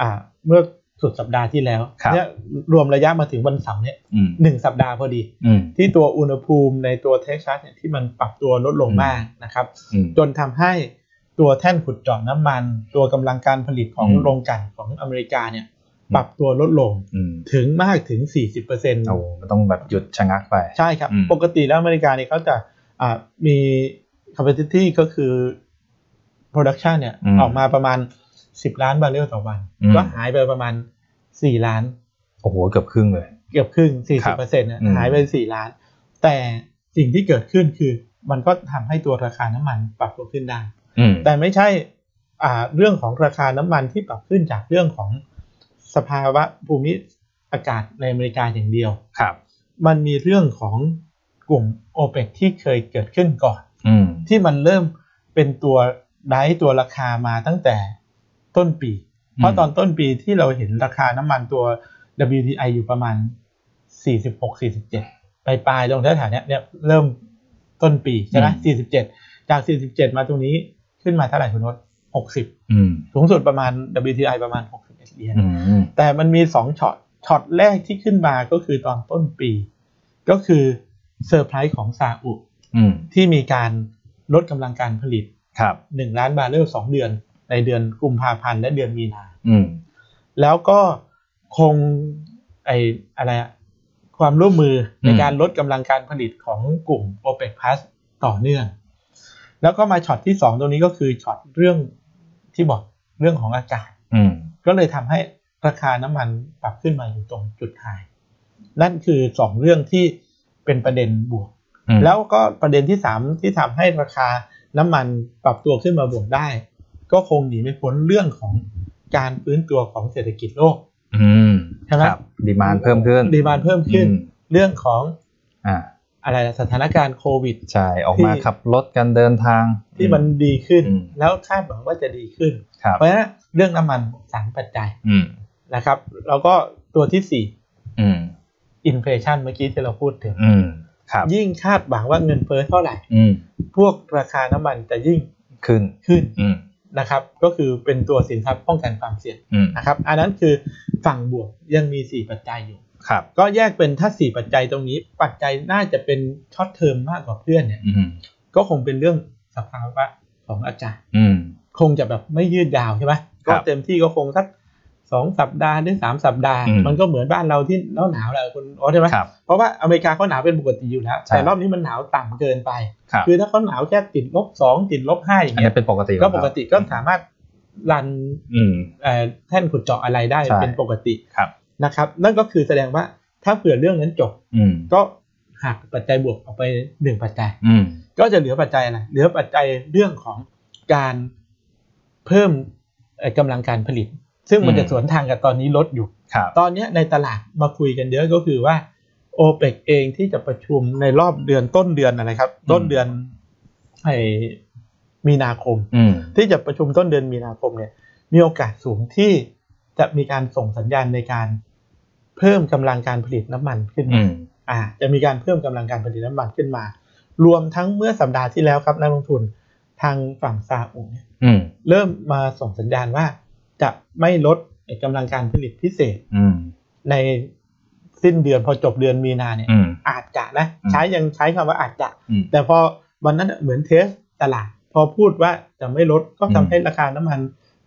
A: อ่าเมื่อสุดสัปดาห์ที่แล้ว
B: ครับ
A: เนี่ยรวมระยะมาถึงวันเสาร์เนี่ย
B: อืม
A: หนึ่งสัปดาห์พอดี
B: อืม
A: ที่ตัวอุณหภูมิในตัวเท็กซัสเนี่ยที่มันปรับตัวลดลงมากนะครับ
B: อืม
A: จนทำให้ตัวแท่นขุดเจาะน้ำมัน ตัวกำลังการผลิตของ
B: อืม
A: โรงกลั่นของอเมริกาเนี่ย
B: อืม
A: ปรับตัวลดลง
B: อืม
A: ถึงมากถึง 40%เ
B: โอ้มันต้องแบบหยุดชะงักไป
A: ใช่ครับ
B: อืม
A: ปกติแล้วอเมริกาเนี่ยเขาจะอ่ามี capacity ก็คือ production เนี่ย
B: อืม
A: ออกมาประมาณ 10 ล้านบาร์เรลต่อวัน
B: อืม
A: ก็หายไปประมาณ 4 ล้าน
B: โอ้โหเกือบครึ่งเลย
A: เกือบครึ่ง
B: ครั
A: 40%
B: บ
A: เนี่ย
B: อืม
A: หายไป 4 ล้าน แต่สิ่งที่เกิดขึ้นคือมันก็ทำให้ตัวราคาน้ำมันปรับตัวขึ้นได้
B: อืม
A: แต่ไม่ใช่อ่าเรื่องของราคาน้ำมันที่ปรับขึ้นจากเรื่องของสภาวะภูมิอากาศในอเมริกาอย่างเดียว
B: ครับ
A: มันมีเรื่องของก กลุ่ม o p e c ที่เคยเกิดขึ้นก่อน
B: อืม
A: ที่มันเริ่มเป็นตัวไดฟ์ตัวราคามาตั้งแต่ต้นปี เพราะตอนต้นปีที่เราเห็นราคาน้ำมันตัว WTI อยู่ประมาณ 46-47 ปลายปลายๆตรงแถวๆเนี้ยเนี่ยเริ่มต้นปีใช่ไหม
B: อื
A: 47 จาก 47 มาตรงนี้ขึ้นมาเท่าไหร่คุณนศ60
B: อืม
A: สูงสุดประมาณ WTI ประมาณ 61เหรียญ
B: อืม
A: แต่มันมีสองช็อต ช็อตแรกที่ขึ้นมาก็คือตอนต้นปี ก็คือเซอร์ไพรส์ของซาอุ
B: อืม
A: ที่มีการลดกำลังการผลิต
B: ครับ
A: 1 ล้านบาร์เรล2เดือน ในเดือนกุมภาพันธ์และเดือนมีนา
B: อืม
A: แล้วก็คงไออะไรอะความร่วมมือใน
B: อืม
A: การลดกำลังการผลิตของกลุ่ม o p e c p l u s ต่อเนื่อง แล้วก็มาช็อตที่ 2 ตรงนี้ก็คือช็อตเรื่องที่บอกเรื่องของอากาศ
B: อืม
A: ก็เลยทำให้ราคาน้ำมันปรับขึ้นมาอยู่ตรงจุดไฮนั่นคือ 2 เรื่องที่เป็นประเด็นบวก
B: อืม
A: แล้วก็ประเด็นที่ 3 ที่ทำให้ราคาน้ำมันปรับตัวขึ้นมาบวกได้ ก็คงหนีไม่พ้นเรื่องของการฟื้นตัวของเศรษฐกิจโลก
B: อืม
A: ใช่ไหม
B: ครับดีมานเพิ่มขึ้น
A: ดีมานเพิ่มขึ้น
B: อื
A: เรื่องของ
B: อ่า
A: อะไรนะสถานการณ์โควิด
B: ใช่ออกมา
A: ที่
B: ขับรถกันเดินทาง
A: ที่มันดีขึ้น
B: อืม
A: แล้วคาดหวังว่าจะดีขึ้น
B: ครับ
A: เพราะฉะนั้นเรื่องน้ำมันสามปัจจัย
B: อืม
A: นะครับ แล้วก็ตัวที่สี่
B: อืม
A: อินเฟชันเมื่อกี้ที่เราพูดถึง
B: อืมครับ
A: ยิ่งคาดหวังว่าเงินเฟ้อเท่าไหร่
B: อืม
A: พวกราคาน้ำมันจะยิ่ง
B: ขึ้น
A: ขึ้น
B: อืม
A: นะครับ ก็คือเป็นตัวสินทรัพย์ป้องกันความเสี่ยง
B: อืม
A: นะครับ อันนั้นคือฝั่งบวกยังมี 4 ปัจจัยอยู่
B: ครับ
A: ก็แยกเป็นถ้า 4 ปัจจัยตรงนี้ ปัจจัยน่าจะเป็นช็อตเทอมมากกว่าเพื่อนเนี่ย
B: อืม
A: ก็คงเป็นเรื่องสภาวะของอากาศ
B: อืม
A: คงจะแบบไม่ยืดยาวใช่ไหม
B: ครั
A: ก็
B: บ
A: เต็มที่ก็คงสักสองสัปดาห์หรือสามสัปดาห์
B: อืม
A: มันก็เหมือนบ้านเราที่หนาวหนาวๆแหละคุณอ๋อใช่ไหม
B: ครับ
A: เพราะว่าอเมริกาเขาหนาวเป็นปกติอยู่แล้ว
B: ใช่
A: แต่รอบนี้มันหนาวต่ำเกินไป
B: ครับ
A: คือถ้าเขาหนาวแค่ติดลบสองติดลบห้าอย่าง
B: อัน
A: เงี้
B: นี้
A: ย
B: เป็นปกติ
A: ก็
B: ของ
A: ป
B: เขา
A: กติก็สามารถรัน
B: อืม
A: เอ่อแท่นขุดเจาะอะไรได้
B: ใช่
A: เป็นปกติ
B: ครับ
A: นะครับ นั่นก็คือแสดงว่าถ้าเผื่อเรื่องนั้นจบ
B: อืม
A: ก็หักปัจจัยบวกออกไปหนึ่งปัจจัย
B: อืม
A: ก็จะเหลือปัจจัยอะไรเหลือปัจจัยเรื่องของการเพิ่มเอ่อกำลังการผลิต ซึ่งมันจะสวนทางกับตอนนี้ลดอยู่
B: ครับ
A: ตอนเนี้ยในตลาดมาคุยกันเยอะก็คือว่าโอเปกเองที่จะประชุมในรอบเดือนต้นเดือนอะไรครับ ต้นเดือนไอมีนาคม
B: อืม
A: ที่จะประชุมต้นเดือนมีนาคมเนี่ย มีโอกาสสูงที่จะมีการส่งสัญญาณในการเพิ่มกำลังการผลิตน้ำมันขึ้น
B: อื
A: มา
B: ม
A: อ่าจะมีการเพิ่มกำลังการผลิตน้ำมันขึ้นมา รวมทั้งเมื่อสัปดาห์ที่แล้วครับนักลงทุนทางฝั่งซาอุเนี่ย
B: อืม
A: เริ่มมาส่งสัญญาณว่า จะไม่ลดกำลังการผลิตพิเศษ
B: อืม
A: ในสิ้นเดือนพอจบเดือนมีนาเนี่ย
B: อืม
A: อาจจะนะ
B: อืม
A: ใช้ยังใช้คำว่าอาจจะ
B: อืม
A: แต่พอวันนั้นเหมือนเทสตลาด พอพูดว่าจะไม่ลดก็ทำ
B: อืม
A: ให้ราคาน้ำมัน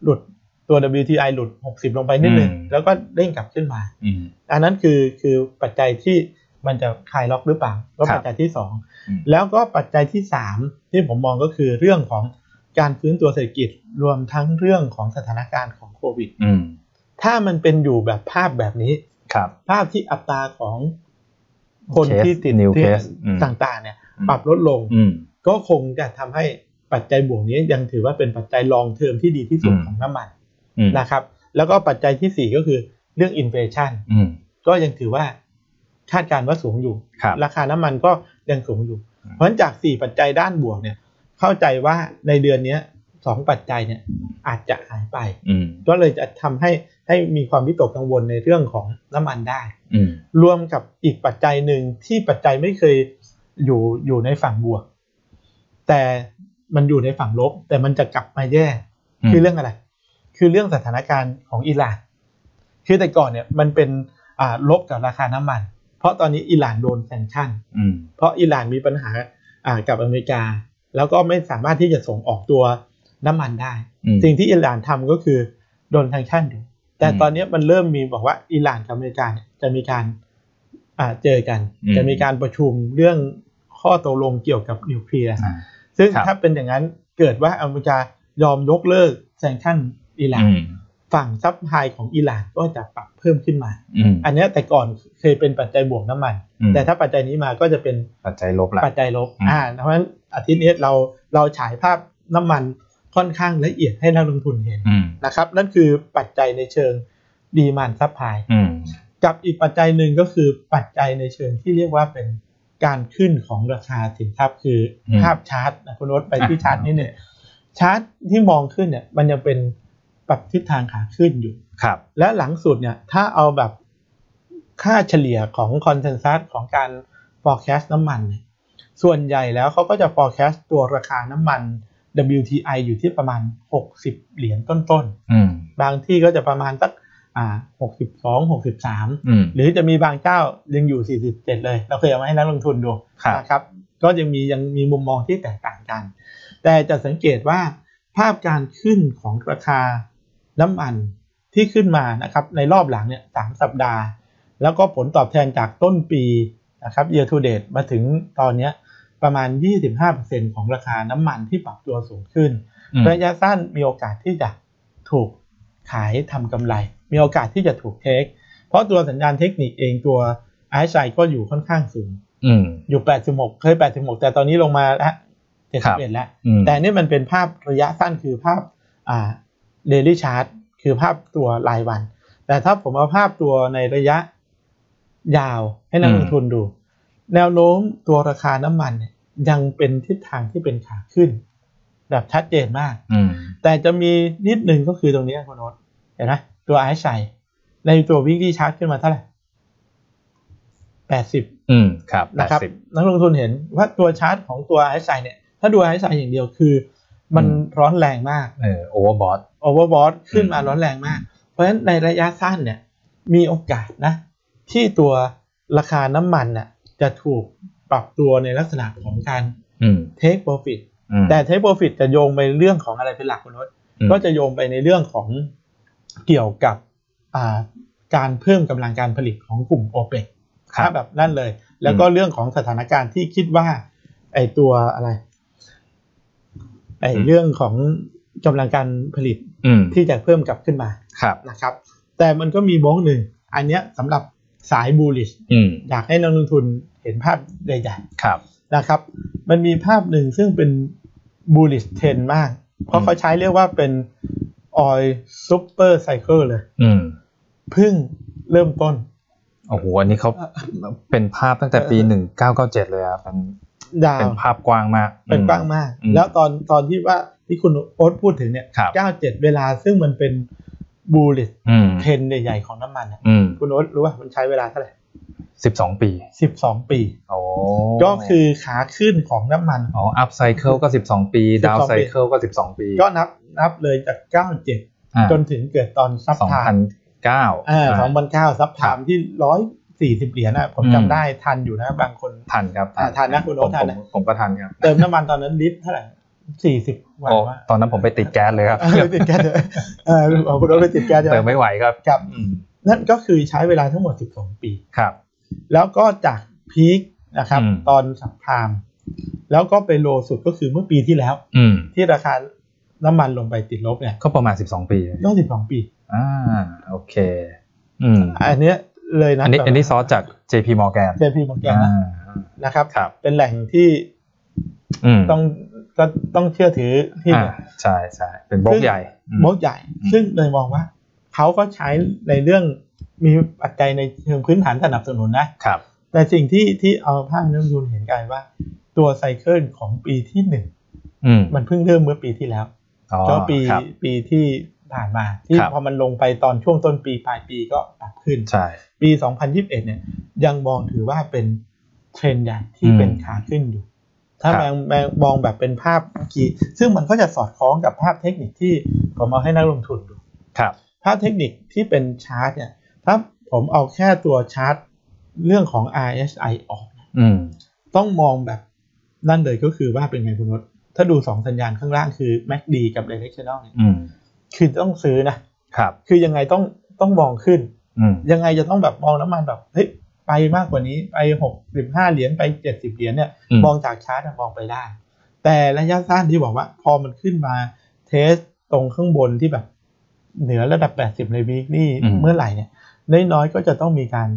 A: หลุดตัว WTI หลุด 60 ลงไปนิดนึง
B: อืม
A: แล้วก็เด้งกลับขึ้นมา
B: อืม
A: อันนั้นคือคือปัจจัยที่มันจะคลายล็อกหรือเปล่าก็
B: ครับ
A: ปัจจัยที่สอง
B: อืม
A: แล้วก็ปัจจัยที่สามที่ผมมองก็คือเรื่องของการฟื้นตัวเศรษฐกิจรวมทั้งเรื่องของสถานการณ์ของโควิด
B: อืม
A: ถ้ามันเป็นอยู่แบบภาพแบบนี้
B: ครับ
A: ภาพที่อัตราของคน
B: เคส
A: ที่ติด
B: new
A: ที่
B: case อืม
A: ต่างๆเนี่ยปรับลดลง
B: อืม
A: ก็คงจะทำให้ปัจจัยบวกนี้ยังถือว่าเป็นปัจจัยรองเทอมที่ดีที่สุด
B: อืม
A: ของน้ำมัน
B: อืม
A: นะครับ แล้วก็ปัจจัยที่สี่ก็คือเรื่องอินเฟชัน
B: อืม
A: ก็ยังถือว่าคาดการณ์ว่าสูงอยู่
B: ครับ
A: ราคาน้ำมันก็ยังสูงอยู่
B: อืม
A: เพราะฉะนั้นจาก 4 ปัจจัยด้านบวกเนี่ย เข้าใจว่าในเดือนเนี้ยสองปัจจัยเนี่ยอาจจะหายไป
B: อืม
A: ก็เลยจะทำให้ให้มีความวิตกกังวลในเรื่องของน้ำมันได้
B: อืม
A: รวมกับอีกปัจจัยหนึ่งที่ปัจจัยไม่เคยอยู่อยู่ในฝั่งบวก แต่มันอยู่ในฝั่งลบ แต่มันจะกลับมาแย่ คือเรื่องอะไร คือเรื่องสถานการณ์ของอิหร่าน คือแต่ก่อนเนี่ยมันเป็นอ่าลบกับราคาน้ำมัน เพราะตอนนี้อิหร่านโดนแซงชั่น
B: อืม
A: เพราะอิหร่านมีปัญหาอ่ากับอเมริกา แล้วก็ไม่สามารถที่จะส่งออกตัวน้ำมันได้
B: อืม
A: สิ่งที่อิหร่านทำก็คือโดนแซงชั่นอยู่ แต่
B: อืม
A: ตอนนี้มันเริ่มมีบอกว่าอิหร่านกับอเมริกาเนี่ยจะมีการอ่าเจอกัน
B: อืม
A: จะมีการประชุมเรื่องข้อตกลงเกี่ยวกับนิวเคลียร์
B: อ่า
A: ซึ่ง
B: ครับ
A: ถ้าเป็นอย่างนั้นเกิดว่าอเมริกายอมยกเลิกแซงชั่นอิหร่าน
B: อืม
A: ฝั่งซัพพลายของอิหร่านก็จะปรับเพิ่มขึ้นมา
B: อืม
A: อันเนี้ยแต่ก่อนเคยเป็นปัจจัยบวกน้ำมัน
B: อืม
A: แต่ถ้าปัจจัยนี้มาก็จะเป็น
B: ปัจจัยลบละ
A: ปัจจัยลบ
B: อืม
A: อ่าเพราะฉะนั้นอาทิตย์นี้เราเราฉายภาพน้ำมันค่อนข้างละเอียดให้นักลงทุนเห็น
B: อืม
A: นะครับ นั่นคือปัจจัยในเชิงดีมานซัพพลาย
B: อืม
A: กับอีกปัจจัยหนึ่งก็คือปัจจัยในเชิงที่เรียกว่าเป็น การขึ้นของราคาสินทรัพย์คืออ
B: ม
A: ภาพชาร์ตนะคุณรสไปที่
B: อ่ะ
A: ชาร์ตนี้เนี่ยชาร์ตที่มองขึ้นเนี่ยมันยังเป็นปรับทิศทางขาขึ้นอยู่
B: ครับ
A: และหลังสุดเนี่ยถ้าเอาแบบค่าเฉลี่ยของคอนเซน s ัสของการ forecast น้ำมันเนี่ยส่วนใหญ่แล้วเขาก็จะ forecast ตัวราคาน้ำมัน WTI อยู่ที่ประมาณ 60 เหรียญต้น
B: อืม
A: ๆ บางที่ก็จะประมาณสักอ่า62 63
B: อืม
A: หรือจะมีบางเจ้ายังอยู่ 47 เลย เราเคยเอามาให้นักลงทุนดู
B: ครับ
A: นะครับ ก็ยังมียังมีมุมมองที่แตกต่างกัน แต่จะสังเกตว่าภาพการขึ้นของราคาน้ำมันที่ขึ้นมานะครับในรอบหลังเนี่ยสามสัปดาห์ แล้วก็ผลตอบแทนจากต้นปีนะครับ year to date มาถึงตอนเนี้ยประมาณ 25%ของราคาน้ำมันที่ปรับตัวสูงขึ้น
B: อืม
A: ระยะสั้นมีโอกาสที่จะถูกขายทำกำไร มีโอกาสที่จะถูกเทค เพราะตัวสัญญาณเทคนิคเองตัวไอซ์ไซก็อยู่ค่อนข้างสูง
B: อืม
A: อยู่ 86 เคย 86 แต่ตอนนี้ลงมาแล้ว
B: ครับ
A: 71แล้ว
B: อืม
A: แต่นี่มันเป็นภาพระยะสั้นคือภาพอ่าเดลี่ชาร์ตคือภาพตัวรายวัน แต่ถ้าผมเอาภาพตัวในระยะยาวให้นักลงทุนดู แนวโน้มตัวราคาน้ำมันเนี่ยยังเป็นทิศทางที่เป็นขาขึ้น แบบชัดเจนมาก
B: อืม
A: แต่จะมีนิดหนึ่งก็คือตรงเนี้ยคุณโนตเห็นไหมตัวไอซ์ไซในตัววิกฤตชาร์ตขึ้นมาเท่าไหร่แปดสิบ
B: อืมครับแป
A: นะ
B: ด
A: ครับ
B: สิบ
A: นักลงทุนเห็นว่าตัวชาร์ตของตัวไอซ์ไซเนี่ยถ้าดูไอซ์ไซอย่างเดียวคือ มัน
B: อืม
A: ร้อนแรงมาก
B: เออโอเวอร์บอท
A: โอเวอร์บอทขึ้นมา
B: อืม
A: ร้อนแรงมาก เพราะฉะนั้นในระยะสั้นเนี่ยมีโอกาสนะ ที่ตัวราคาน้ำมันน่ะจะถูกปรับตัวในลักษณะของการ
B: อืม
A: take profit
B: อืม
A: แต่ take profit จะโยงไปเรื่องของอะไรเป็นหลักคุณนศ
B: อืม
A: ก็จะโยงไปในเรื่องของเกี่ยวกับอ่าการเพิ่มกำลังการผลิตของกลุ่ม o p e ป
B: ครั
A: ถ้า
B: บ
A: แบบนั่นเลย แล้วก็เรื่องของสถานการณ์ที่คิดว่า ไอตัวอะไร ไอ
B: อืม
A: เรื่องของกำลังการผลิต
B: อืม
A: ที่จะเพิ่มกลับขึ้นมา
B: ครับ
A: นะครับ แต่มันก็มีโมงหนึ่ง อันเนี้ยสำหรับสายบูลลิช
B: อืม
A: อยากให้นักลงทุนเห็นภาพใหญ่
B: ครับ
A: ๆนะครับ มันมีภาพหนึ่งซึ่งเป็นบูลลิชเทรนมาก เพราะเขาใช้เรียกว่าเป็นออยซูเปอร์ไซเคิลเลย
B: อืม
A: เพิ่งเริ่มต้น
B: โอ้โหอันนี้เขาเป็นภาพตั้งแต่ปีหนึ่งเก้าเก้าเจ็ดเลยอ่ะเป็น
A: ดา
B: เป็น
A: ว
B: ภาพกว้างมาก
A: เป็นกว้างมาก
B: อืม
A: แล้วตอนตอนที่ว่าที่คุณโอ๊ตพูดถึงเนี่ย
B: ครับ
A: 97 เวลาซึ่งมันเป็นบูล l ิ t
B: อืม
A: เทนใหญ่ๆของน้ำมันเนี่ย
B: อืม
A: คุณโอ๊ตรู้ว่ามันใช้เวลาเท่าไหร่
B: สิบสองปี
A: 12 ปี
B: โอ้
A: ก็คือขาขึ้นของน้ำมัน
B: อ๋ออัพไซเคิลก็สิบสองปี
A: 12
B: ดาวไซเคิลก็สิบสองปี
A: ก็นับนับเลยจาก 97
B: อ่า
A: จนถึงเกิดตอนซับ
B: สอง
A: ไพา
B: พั
A: ม
B: นเก้า
A: อ่า2009ซับไพา
B: ค
A: ม
B: รับ
A: ที่ 140 เหรียญนะผม
B: อืม
A: จำได้ทันอยู่นะบางคน
B: ทันครับ
A: อ่าทันนะคุณโอ๊ต
B: ผม
A: ทันนะ
B: ผมผมก็ทันครับ
A: เติมน้ำมันตอนนั้นลิตรเท่าไหร่ 40กว่า
B: โอ้
A: วะ
B: ตอนนั้นผมไปติดแก๊สเลยครับ
A: เออติดแก๊ส
B: *laughs*
A: เลยเออเอาคุณโอ๊ตไปติดแก๊สใช่ไหม
B: เติมไม่ไหวครับ
A: ครับ
B: อืม
A: นั่นก็คือใช้เวลาทั้งหมด 12 ปี
B: ครับ
A: แล้วก็จากพีคนะครับ
B: อืม
A: ตอนสับพามแล้วก็ไปโลสุดก็คือเมื่อปีที่แล้ว
B: อืม
A: ที่ราคาน้ำมันลงไปติดลบเนี่ย
B: ก็ประมาณ 12 ปี
A: ต้อง 12 ปี
B: อ่าโอเค อืม
A: อันเนี้ยเลยนะ
B: อันนี้อันนี้ซอสจาก JP Morgan
A: เจพีมองแก
B: อ่า
A: นะครับ
B: ครับ
A: เป็นแหล่งที่
B: อืม
A: ต้องก็ต้องเชื่อถือที่
B: อ่าใช่ใช่เป็นบล็อกใหญ่อืม
A: โมกใหญ่
B: อืม
A: ซึ่งเลยมองว่า เขาก็ใช้ในเรื่องมีปัจจัยในเชิงพื้นฐานสนับสนุนนะ
B: ครับ
A: แต่สิ่งที่ที่เอาภาพนักลงทุนเห็นกันว่า ตัวไซเคิลของปีที่หนึ่ง
B: อืม
A: มันเพิ่งเริ่มเมื่อปีที่แล้ว
B: อ๋อ
A: ก็ปี
B: ครับ
A: ปีที่ผ่านมา ที่
B: ครับ
A: พอมันลงไปตอนช่วงต้นปีปลายปีก็ปรับขึ้น
B: ใช่
A: ปี 2021 เนี่ยยังมองถือว่าเป็นเทรนด์ใหญ่ที่
B: อืม
A: เป็นขาขึ้นอยู่ ถ้า
B: ครับ
A: มองมองมองแบบเป็นภาพเมื่อกี้ซึ่งมันก็จะสอดคล้องกับภาพเทคนิคที่ผมเอาให้นักลงทุนดู
B: ครับ
A: ภาพเทคนิคที่เป็นชาร์ตเนี่ยถ้าผมเอาแค่ตัวชาร์ตเรื่องของ RSI ออก
B: อืม
A: ต้องมองแบบนั่นเลยก็คือว่าเป็นไงคุณนศถ้าดู 2 สัญญาณข้างล่างคือ MACD กับ Directional เนี่ย
B: อืม
A: คือต้องซื้อนะ
B: ครับ
A: คือยังไงต้องต้องมองขึ้น
B: อืม
A: ยังไงจะต้องแบบมองน้ำมันแบบเฮ้ยไปมากกว่านี้ ไป 65 เหรียญไป 70 เหรียญเนี่ย
B: อืม
A: มองจากชาร์ตอะมองไปได้ แต่ระยะสั้นที่บอกว่า พอมันขึ้นมาเทสตรงข้างบนที่แบบ เหนือระดับ 80 ในวีคนี่เมื่อไหร่เนี่ยน้อยๆก็จะต้องมีการ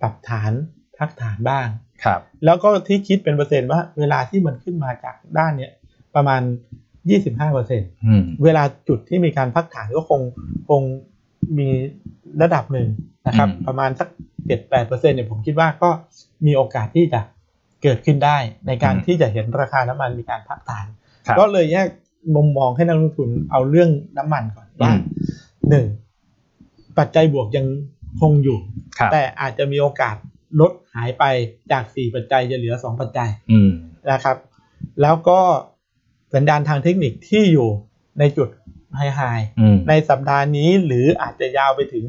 A: ปรับฐานพักฐานบ้าง
B: ครับ
A: แล้วก็ที่คิดเป็นเปอร์เซ็นต์ว่าเวลาที่มันขึ้นมาจากด้านเนี้ยประมาณ 25เปอร์เซ็นต์
B: อืม
A: เวลาจุดที่มีการพักฐานก็คงคงมีระดับหนึ่งนะครับ
B: อืม
A: ประมาณสัก7-8เปอร์เซ็นต์เนี่ยผมคิดว่าก็มีโอกาสที่จะ เกิดขึ้นได้ในการ
B: อืม
A: ที่จะเห็นราคาน้ำมันมีการพักฐาน
B: ครับ
A: ก็เลยแยกมุมมองให้นักลงทุนเอาเรื่องน้ำมันก่อนว่า
B: อืม
A: หนึ่งปัจจัยบวกยังคงอยู่
B: ครับ
A: แต่อาจจะมีโอกาสลดหายไปจากสี่ปัจจัยจะเหลือสองปัจจัย
B: อืม
A: นะครับ แล้วก็สัญญาณทางเทคนิคที่อยู่ในจุดไฮไฮ
B: อืม
A: ในสัปดาห์นี้หรืออาจจะยาวไปถึง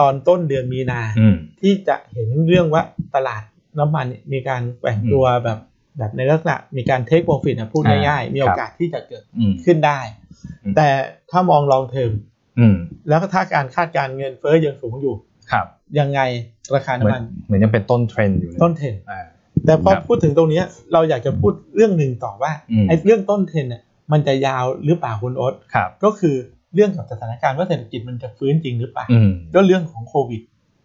A: ตอนต้นเดือนมีนา
B: อืม
A: ที่จะเห็นเรื่องว่าตลาดน้ำมันเนี่ยมีการแกว่งตัวแบบแบบในลักษณะมีการเทคโปรฟิตนะพูด
B: อ่า
A: ง่ายๆ มี
B: ครั
A: โอบ กาสที่จะเกิด
B: อืม
A: ขึ้นได้
B: อืม
A: แต่ถ้ามองลองเทอม
B: อืม
A: แล้วก็ถ้าการคาดการณ์เงินเฟ้อยังสูงอยู่
B: ครับ
A: ยังไงราคา
B: เหมือ
A: น้ำ
B: น
A: มัน
B: เหมือนยังเป็นต้นเทรนด์อยู่เลย
A: ต้นเทรน
B: อ่า
A: แต่พอ
B: ครับ
A: พูดถึงตรงเนี้ยเราอยากจะพูดเรื่องหนึ่งต่อว่า
B: อืม
A: ไอ้เรื่องต้นเทรนเนี่ยมันจะยาวหรือเปล่าคุณโอ๊ต
B: ครับ
A: ก็คือเรื่องกับสถานการณ์ว่าเศรษฐกิจมันจะฟื้นจริงหรือเปล่า
B: อืม
A: ก็เรื่องของโควิด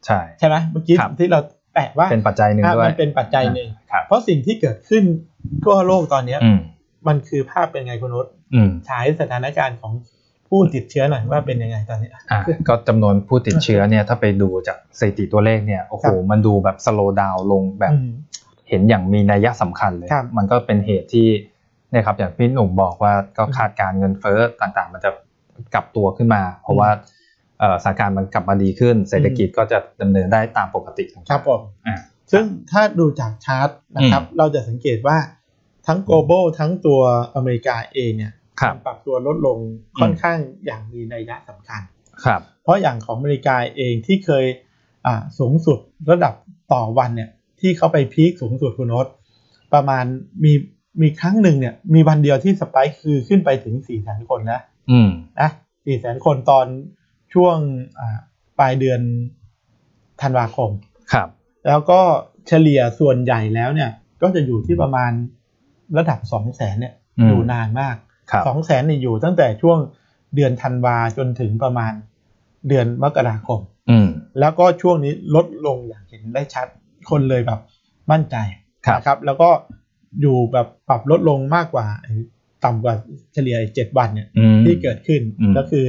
B: ใช่
A: ใช่ไหมเมื่อกี้
B: ครับ
A: ที่เราแตะว่า
B: เป็นปัจจัยหนึ่ง
A: อ่ะ
B: ด้วย
A: มันเป็นปัจจัยหนึ่ง
B: ครับ
A: เพราะสิ่งที่เกิดขึ้นทั่วโลกตอนเนี้ย
B: อืม
A: มันคือภาพเป็นไงคุณรส
B: อืม
A: ฉายสถานการณ์ของผู้ติดเชื้อหน่อยว่าเป็นยังไงตอนเนี้ย
B: อ่าก็จำนวนผู้ติดเชื้อเนี่ยถ้าไปดูจากสถิติตัวเลขเนี่ยโอ้โห
A: ครับ
B: มันดูแบบสโลว์ดาวลงแบบ
A: อืม
B: เห็นอย่างมีนัยสำคัญเลย
A: ครับ
B: มันก็เป็นเหตุที่เนะครับอย่างพี่หนุ่มบอกว่าก็คาดการณ์เงินเฟ้อต่างๆ มันจะกลับตัวขึ้นมา เพราะว่าเอ่อสถานการณ์มันกลับมาดีขึ้น เศรษฐกิจก็จะดำเนินได้ตามปกติ
A: ครับผม
B: อ่า
A: ซึ่งถ้าดูจากชาร์ตนะครับ
B: อืม
A: เราจะสังเกตว่าทั้ง global ทั้งตัวอเมริกาเองเนี่ย
B: ครับ
A: ปรับตัวลดลงค่อนข้างอย่างมีนัยยะสำคัญ
B: ครับ
A: เพราะอย่างของอเมริกาเองที่เคยอ่าสูงสุดระดับต่อวันเนี่ยที่เขาไปพีคสูงสุดคุณโนตประมาณมีมีครั้งหนึ่งเนี่ยมีวันเดียวที่สไปค์คือขึ้นไปถึง4ี่แสนคนนะ
B: อืม
A: นะสี่แสนคนตอนช่วงอ่าปลายเดือนธันวาคม
B: ครับ
A: แล้วก็เฉลี่ยส่วนใหญ่แล้วเนี่ยก็จะอยู่ที่ประมาณระดับ2 0 0แสนเนี่ย
B: อืม
A: อยู่นานมาก
B: ครับ
A: สองแสนนี่อยู่ตั้งแต่ช่วงเดือนธันวาจนถึงประมาณเดือนมกราคม
B: อืม
A: แล้วก็ช่วงนี้ลดลงอย่างเห็นได้ชัดคนเลยแบบมั่นใจ
B: ครับ
A: นะครับ แล้วก็อยู่แบบปรับลดลงมากกว่าไอ้ต่ำกว่าเฉลี่ยเจ็ดวันเนี่ย
B: อืม
A: ที่เกิดขึ้น
B: อืม
A: ก็คือ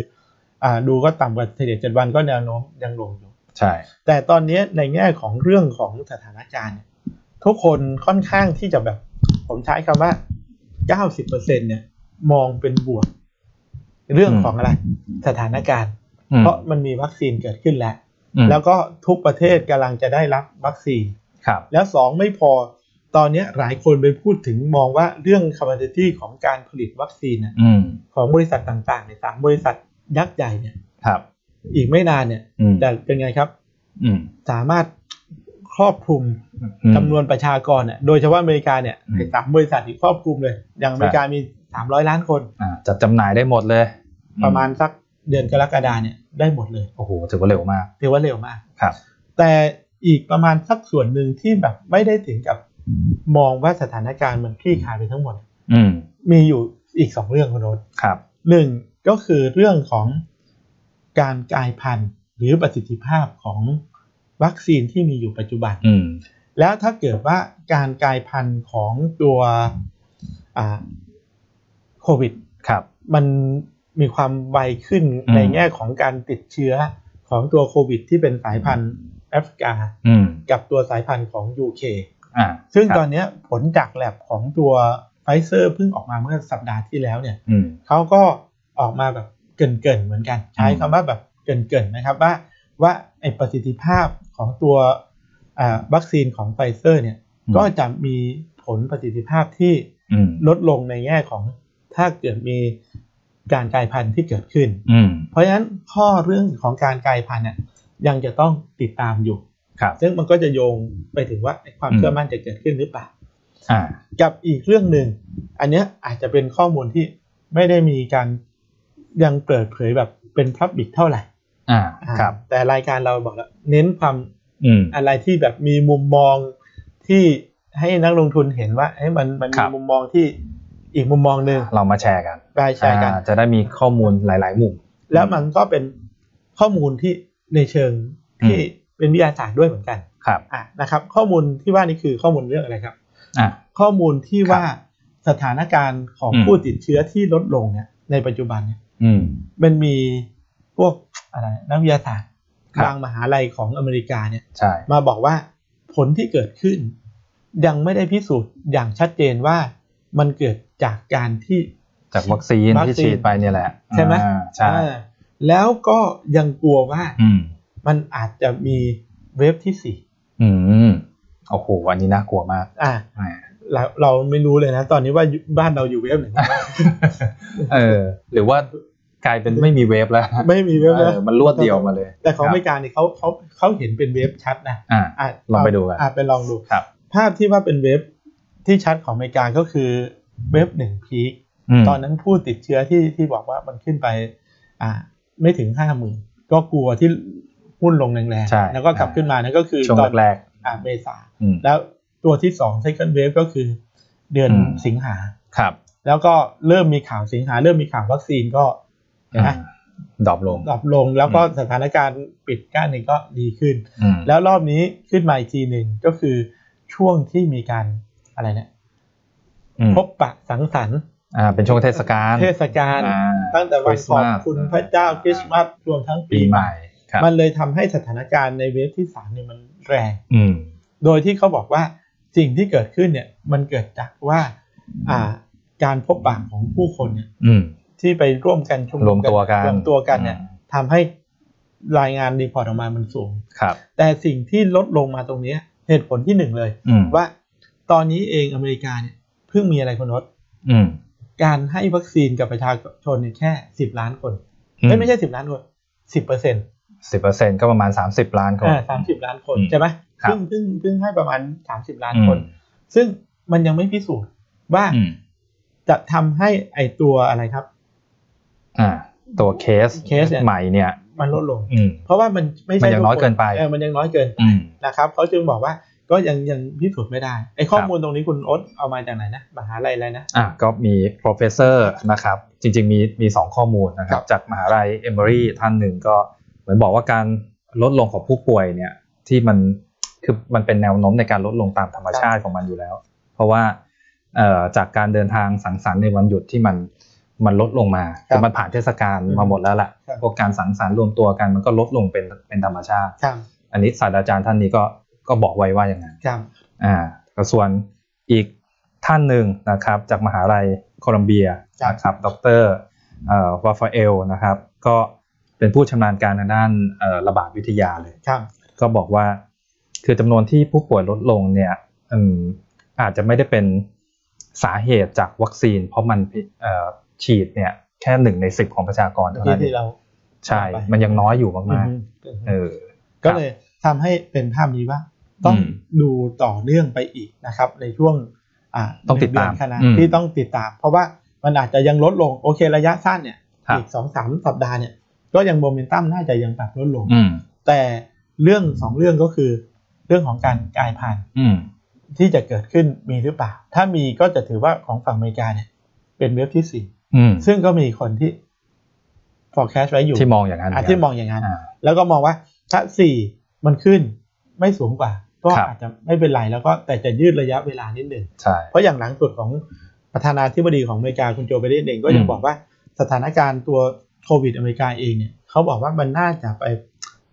A: อ่าดูก็ต่ำกว่าเฉลี่ยเจ็ดวันก็แนวโน้มยังลงอยู่
B: ใช่
A: แต่ตอนนี้ในแง่ของเรื่องของสถานการณ์เนี่ยทุกคนค่อนข้างที่จะแบบ ผมใช้คำว่า 90%เนี่ยมองเป็นบวก เรื่องของอะไร สถานการณ์
B: อืม
A: เพราะมันมีวัคซีนเกิดขึ้นแล้ว
B: อืม
A: แล้วก็ทุกประเทศกำลังจะได้รับวัคซีน
B: ครับ
A: แล้วสองไม่พอตอนนี้หลายคนไปพูดถึงมองว่าเรื่อง capacity ของการผลิตวัคซีนน่ะ
B: อืม
A: ของบริษัทต่างๆในยสามบริษัทยักษ์ใหญ่เนี่ย
B: ครับ
A: อีกไม่นานเนี่ย
B: อืม
A: แต่เป็นไงครับ
B: อืม
A: สามารถครอบคลุม
B: อืม
A: จำนวนประชากรเนี่ยโดยเฉพาะอเมริกาเนี่ย
B: อืม
A: ไอ้สามบริษัทที่ครอบคลุมเลย อย่างอเมริกามี 300 ล้านคน
B: อ่าจัดจำหน่ายได้หมดเลยอื
A: ประมาณสักเดือนกรกฎาเนี่ยได้หมดเลย
B: โอ้โหถือว่าเร็วมาก
A: ถือว่าเร็วมาก
B: ครับ
A: แต่อีกประมาณสักส่วนหนึ่งที่แบบไม่ได้ถึงกับมองว่าสถานการณ์มันคลี่คลายไปทั้งหมด
B: อืม
A: มีอยู่อีกสองเรื่องคุณโนต
B: ครับ
A: หนึ่งก็คือเรื่องของการกลายพันธุ์หรือประสิทธิภาพของวัคซีนที่มีอยู่ปัจจุบัน
B: อืม
A: แล้วถ้าเกิดว่าการกลายพันธุ์ของตัวอ่าโควิด
B: ครับ
A: มันมีความไวขึ้น
B: อืม
A: ในแง่ของการติดเชื้อของตัวโควิด ที่เป็นสายพันธุ์แอฟริกา
B: อืม
A: กับตัวสายพันธุ์ของ UK
B: อ่า
A: ซึ่ง
B: ครับ
A: ตอนเนี้ยผลจากแลบของตัวไฟเซอร์เพิ่งออกมาเมื่อสัปดาห์ที่แล้วเนี่ย
B: อืม
A: เขาก็ออกมาแบบเกรินๆเหมือนกัน ใช้
B: อืม
A: คำว่าแบบเกรินๆนะครับว่าว่าไอประสิทธิภาพของตัวอ่าวัคซีนของไฟเซอร์เนี่ย ก็จะมีผลประสิทธิภาพที่
B: อืม
A: ลดลงในแง่ของถ้าเกิดมีการกลายพันธุ์ที่เกิดขึ้น
B: อืม
A: เพราะฉะนั้นข้อเรื่องของการกลายพันธุ์เนี่ยยังจะต้องติดตามอยู่
B: ครับ
A: ซึ่งมันก็จะโยงไปถึงว่าความ
B: อืม
A: เชื่อมั่นจะเกิดขึ้นหรือเปล่า
B: อ่า
A: กับอีกเรื่องหนึ่งอันเนี้ยอาจจะเป็นข้อมูลที่ไม่ได้มีการยังเปิดเผยแบบเป็นพับบิกเท่าไหร่
B: อ่า
A: อ่า
B: ครับ
A: แต่รายการเราบอกแล้วเน้นความ
B: อืม
A: อะไรที่แบบมีมุมมองที่ให้นักลงทุนเห็นว่าเอ้ยมันมัน
B: ครั
A: มี
B: บ
A: มุมมองที่อีกมุมมองหนึ่ง
B: เรามาแชร์กัน
A: รายแชร์กัน
B: อ่าจะได้มีข้อมูลหลาย ๆ มุม
A: แล้วมันก็เป็นข้อมูลที่ในเชิง
B: อืม
A: ที่เป็นวิทยาศาสตร์ด้วยเหมือนกัน
B: ครับ
A: อ่ะนะครับ ข้อมูลที่ว่านี่คือข้อมูลเรื่องอะไรครับ
B: อ่า
A: ข้อมูลที่ว่าสถานการณ์ของ
B: อืม
A: ผู้ติดเชื้อที่ลดลงเนี่ยในปัจจุบันเนี่ย
B: อืม
A: มันมีพวกอะไรนักวิทยาศาสตร์
B: ครับ
A: บางมหาลัยของอเมริกาเนี่ย
B: ใช่
A: มาบอกว่าผลที่เกิดขึ้น ยังไม่ได้พิสูจน์อย่างชัดเจนว่ามันเกิดจากการที่
B: จากวัคซีน
A: วัคซีน
B: ที่ฉีดไปเนี่ยแหละ
A: ใช่ไหม
B: อ่าใช่
A: อ่าแล้วก็ยังกลัวว่า
B: อืม
A: มันอาจจะมีเวฟที่สี่
B: อืมโอ้โหอันนี้น่ากลัวมาก *laughs*
A: อ่ะ
B: แหม
A: เราเราไม่รู้เลยนะ ตอนนี้ว่าบ้านเราอยู่เวฟไหน
B: เออ หรือว่ากลายเป็นไม่มีเวฟแล้ว
A: ไม่มีเวฟ
B: เอ
A: แล้ว
B: อมันรวดเดียวมาเลย
A: แต่ของอเมริ
B: ครับ
A: กาเนี่ยเขาเขาเขาเห็นเป็นเวฟชัดนะ
B: อ่า
A: ะ
B: ลองไปดูกัน
A: อ่ะไปลองดู
B: ครับ
A: ภาพที่ว่าเป็นเวฟที่ชัดของอเมริกาก็คือเวฟหนึ่งพีค
B: ม
A: ตอนนั้นผู้ติดเชื้อที่ที่บอกว่ามันขึ้นไป อ่า ไม่ถึงห้าหมื่นก็กลัวที่หุ้นลงแรง
B: ใช่
A: ๆแล้วก็กลับขึ้นมานั่นก็คือ
B: ช่วง
A: ตอน
B: แรก
A: อ่าเมษา
B: ๆอืม
A: แล้วตัวที่สอง second wave ก็คือเดือน
B: อืม
A: สิงหา
B: ครับ
A: แล้วก็เริ่มมีข่าวสิงหา เริ่มมีข่าววัคซีนก็เห็นไหม
B: อ่าดรอปลง
A: ดรอปลงแล้วก็
B: อืม
A: สถานการณ์ปิดกั้นนี่ก็ดีขึ้น
B: อืม
A: แล้วรอบนี้ขึ้นมาอีกทีหนึ่งก็คือช่วงที่มีการอะไรเนี่ย
B: อืม
A: พบปะสังสรรค์
B: อ่าเป็นช่วงเทศกาล
A: เทศกาล
B: อ่า
A: ตั้งแต่วันขอบ
B: Christmas
A: คุณพระเจ้าคริสต์มาสรวมทั้งปี
B: ปีให
A: ให
B: ม่
A: ม่
B: ครับ
A: มันเลยทำให้สถานการณ์ในเวฟที่สามเนี่ยมันแรง
B: อืม
A: โดยที่เขาบอกว่าสิ่งที่เกิดขึ้นเนี่ยมันเกิดจากว่าอ่าการพบปะของผู้คนเนี่ย
B: อืม
A: ที่ไปร่วมกันชุมนุ
B: รวมตัวกัน
A: รวมตัวกันเนี่ย
B: อืม
A: ทำให้รายงานรีพอร์ตออกมามันสูง
B: ครับ
A: แต่สิ่งที่ลดลงมาตรงเนี้ยเหตุผลที่หนึ่งเลย
B: อืม
A: ว่าตอนนี้เองอเมริกาเนี่ยเพิ่งมีอะไรคนรด
B: อืม
A: การให้วัคซีนกับประชาชนเนี่ยแค่สิบล้านคนเอ้ยไม่ใช่สิบล้านคนสิบเปอร์เซ็นต์
B: สิบเปอร์เซ็นต์ก็ประมาณสามสิบล้านคน
A: สามสิบล้านคน
B: อืม
A: ใช่ไหม
B: ครับ
A: เพิ่งเพิ่งเพิ่งให้ประมาณสามสิบล้าน
B: อืม
A: คน ซึ่งมันยังไม่พิสูจน์ว่า
B: อืม
A: จะทำให้ไอตัวอะไรครับ
B: อ่า ตัวเคส
A: เคสเนี่ย
B: ใหม่เนี่ย
A: มันลดลง
B: อืม
A: เพราะว่ามันไม่ใช่
B: มันยังน้อย
A: ทุค
B: เกินไป
A: ออมันยังน้อยเกิน
B: อืม
A: นะครับเขาจึงบอกว่าก็ยังยังพิสูจน์ไม่ได้ ไอข้อมูลตรงนี้คุณอ๊ตเอามาจากไหนนะมหาลัยอะไรนะ
B: อ่ะก็มี professor นะครับ จริงๆ มีมีสองข้อมูลนะค
A: ค
B: รั
A: รับ บ
B: จากมหาลัย Emory ท่านหนึ่งก็เหมือนบอกว่าการลดลงของผู้ป่วยเนี่ย ที่มันคือมันเป็นแนวโน้มในการลดลงตามธรรมชาติของมันอยู่แล้ว เพราะว่าเอ่อจากการเดินทางสังสรรค์ในวันหยุดที่มันมันลดลงมา
A: ครับ
B: แต่มันผ่านเทศกาลมาหมดแล้วแหละ
A: ครับ
B: พวกการสังสรรค์รวมตัวกันมันก็ลดลงเป็นเป็นธรรมชาติ
A: ครับ
B: อันนี้ศาสตราจารย์ท่านนี้ก็ก็บอกไว้ว่าอย่างนั้น
A: ครับ
B: อ่าส่วนอีกท่านหนึ่งนะครับ จากมหาลัยโคลัมเบียนะครับดรเอ่อวาฟาเอลนะครับ ก็เป็นผู้ชำนาญการในด้านเอ่อระบาดวิทยาเลย
A: ครับ
B: ก็บอกว่า คือจำนวนที่ผู้ป่วยลดลงเนี่ยอืมอาจจะไม่ได้เป็นสาเหตุจากวัคซีน เพราะมันเอ่อฉีดเนี่ยแค่หนึ่งในสิบของประชากรเท่า
A: ที่
B: นั้น
A: ที่เรา
B: ใช่ มันยังน้อยอยู่มาก
A: อื
B: ๆ
A: ม
B: เออ
A: ก็เลยทำให้เป็นภาพนี้ว่า ต้อง
B: อืม
A: ดูต่อเนื่องไปอีกนะครับ ในช่วงอ่า
B: ต้องติดตาม
A: หนึ่เดือนขนาด
B: อืม
A: ที่ต้องติดตาม เพราะว่ามันอาจจะยังลดลงโอเคระยะสั้นเนี่ย
B: ครับ
A: อีกสองสามสัปดาห์เนี่ย ก็ยังโมเมนตัมน่าจะยังปรับลดลง
B: อืม
A: แต่เรื่องสองเรื่องก็คือ เรื่องของการกลายพันธุ์
B: อืม
A: ที่จะเกิดขึ้นมีหรือเปล่า ถ้ามีก็จะถือว่าของฝั่งอเมริกาเนี่ย เป็นเว็บที่สี่
B: อืม
A: ซึ่งก็มีคนที่ forecast ไว้อยู่
B: ที่มองอย่างนั้น
A: อ่ะที่มองอย่างนั้น
B: อ่า
A: แล้วก็มองว่าถ้าสี่มันขึ้นไม่สูงกว่า ก็
B: ครับ
A: อาจจะไม่เป็นไรแล้วก็แต่จะยืดระยะเวลานิดหนึ่ง
B: ใช่
A: เพราะอย่างหลังสุดของประธานาธิบดีของอเมริกาคุณโจไบเดนเองก็ยัง
B: อืม
A: บอกว่าสถานการณ์ตัวโควิดอเมริกาเองเนี่ยเขาบอกว่ามันน่าจะไป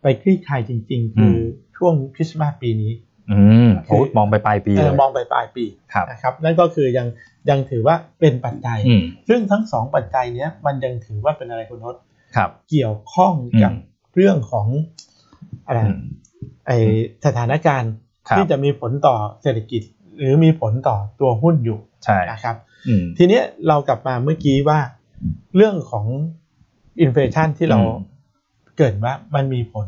A: ไปคลี่คลายจริง ๆ คืออช่วงคริสต์มาสปีนี้
B: อืมโอ้มองไปปลายปี
A: เอ
B: เล
A: อย มองไปปลายปี
B: ครับ
A: นะครับนั่นก็คือยังยังถือว่าเป็นปัจจัย
B: อืม
A: ซึ่งทั้งสองปัจจัยเนี้ยมันยังถือว่าเป็นอะไรคุณทศ
B: ครับ
A: เกี่ยวข้องกับ
B: อืม
A: เรื่องของอะไร
B: อืม
A: ไอสถานการณ์
B: ครับ
A: ที่จะมีผลต่อเศรษฐกิจ หรือมีผลต่อตัวหุ้นอยู่
B: ใช่
A: นะครับ
B: อืม
A: ทีเนี้ยเรากลับมาเมื่อกี้ว่า เรื่องของอินเฟลชันที่เรา
B: อืม
A: เกริดว่ามันมีผล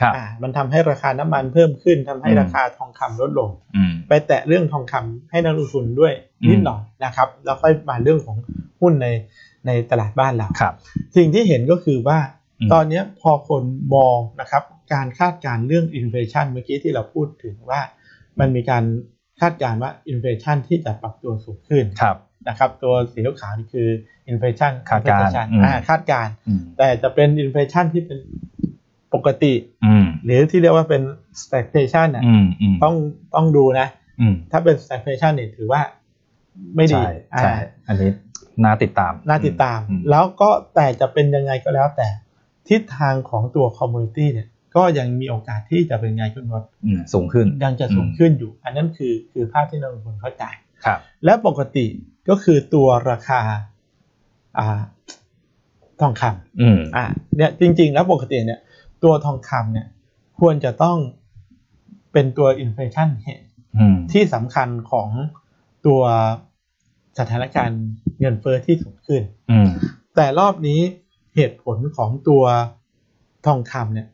B: ครับ
A: อ่ามันทำให้ราคาน้ำมันเพิ่มขึ้นทำให้
B: อืม
A: ราคาทองคำลดลง
B: อืม
A: ไปแตะเรื่องทองคำให้นักลงทุนด้วย
B: อืม
A: นิดหน่อยนะครับ แล้วค่อยมาเรื่องของหุ้นในในตลาดบ้านเรา
B: ครับ
A: สิ่งที่เห็นก็คือว่า
B: อืม
A: ตอนเนี้ยพอคนมองนะครับ การคาดการณ์เรื่องอินเฟลชันเมื่อกี้ที่เราพูดถึงว่า มันมีการคาดการณ์ว่าอินเฟลชันที่จะปรับตัวสูงขึ้น
B: ครับ
A: นะครับ ตัวสีขาวๆนี่คืออินเฟลชัน
B: คาดการณ์อืม
A: อ่าคาดการณ์
B: อืม
A: แต่จะเป็นอินเฟลชันที่เป็นปกติ
B: อืม
A: หรือที่เรียกว่าเป็น stagflation น่ะ
B: อืมอืม
A: ต้องต้องดูนะ
B: อืม
A: ถ้าเป็น stagflation เนี่ยถือว่าไม่ดี
B: ใช่
A: อ่า
B: ใช่อันนี้น่าติดตาม
A: น่าติดตาม
B: อืม
A: แล้วก็แต่จะเป็นยังไงก็แล้วแต่ทิศทางของตัวคอมมูนิตี้เนี่ย ก็ยังมีโอกาสที่จะเป็นไงคุณวัด
B: อืมสูงขึ้น
A: ยังจะสูง
B: อืม
A: ขึ้นอยู่ อันนั้นคือคือภาพที่นักลงทุนเข้าใจ
B: ครับ
A: และปกติก็คือตัวราคาอ่าทองคำ
B: อืม
A: อ่ะเนี่ยจริง ๆ แล้วปกติเนี่ย ตัวทองคำเนี่ยควรจะต้องเป็นตัวอินฟลชัน
B: อืม
A: ที่สำคัญของตัวสถานการณ์เงินเฟ้อที่สูงขึ้น
B: อืม
A: แต่รอบนี้เหตุผลของตัวทองคำเนี่ย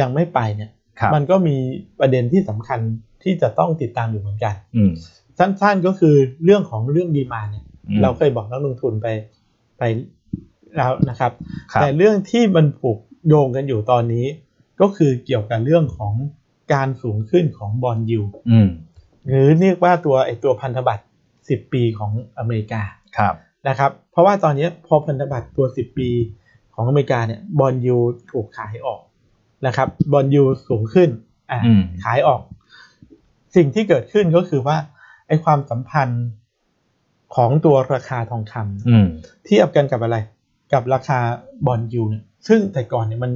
A: ยังไม่ไปเนี่ย
B: ครับ
A: มันก็มีประเด็นที่สำคัญที่จะต้องติดตามอยู่เหมือนกัน
B: อืม
A: สั้นๆก็คือเรื่องของเรื่องดีมาเนี่ย
B: อืม
A: เราเคยบอกนักลงทุนไปไปแล้วนะครับ
B: ครับ
A: แต่เรื่องที่มันผูกโยงกันอยู่ตอนนี้ ก็คือเกี่ยวกับเรื่องของการสูงขึ้นของบอลยู
B: อืม
A: หรือเรียกว่าตัวไอตัวพันธบัตร 10 ปีของอเมริกา
B: ครับ
A: นะครับ เพราะว่าตอนนี้พอพันธบัตรตัว 10 ปีของอเมริกาเนี่ยบอลยูถูกขายออกนะครับบอลยูสูงขึ้นอ่ะ
B: อืม
A: ขายออก สิ่งที่เกิดขึ้นก็คือว่าไอความสัมพันธ์ของตัวราคาทองคำ
B: อืม
A: เทียบกันกับอะไร กับราคาบอลยูเนี่ย ซึ่งแต่ก่อนเนี่ยมัน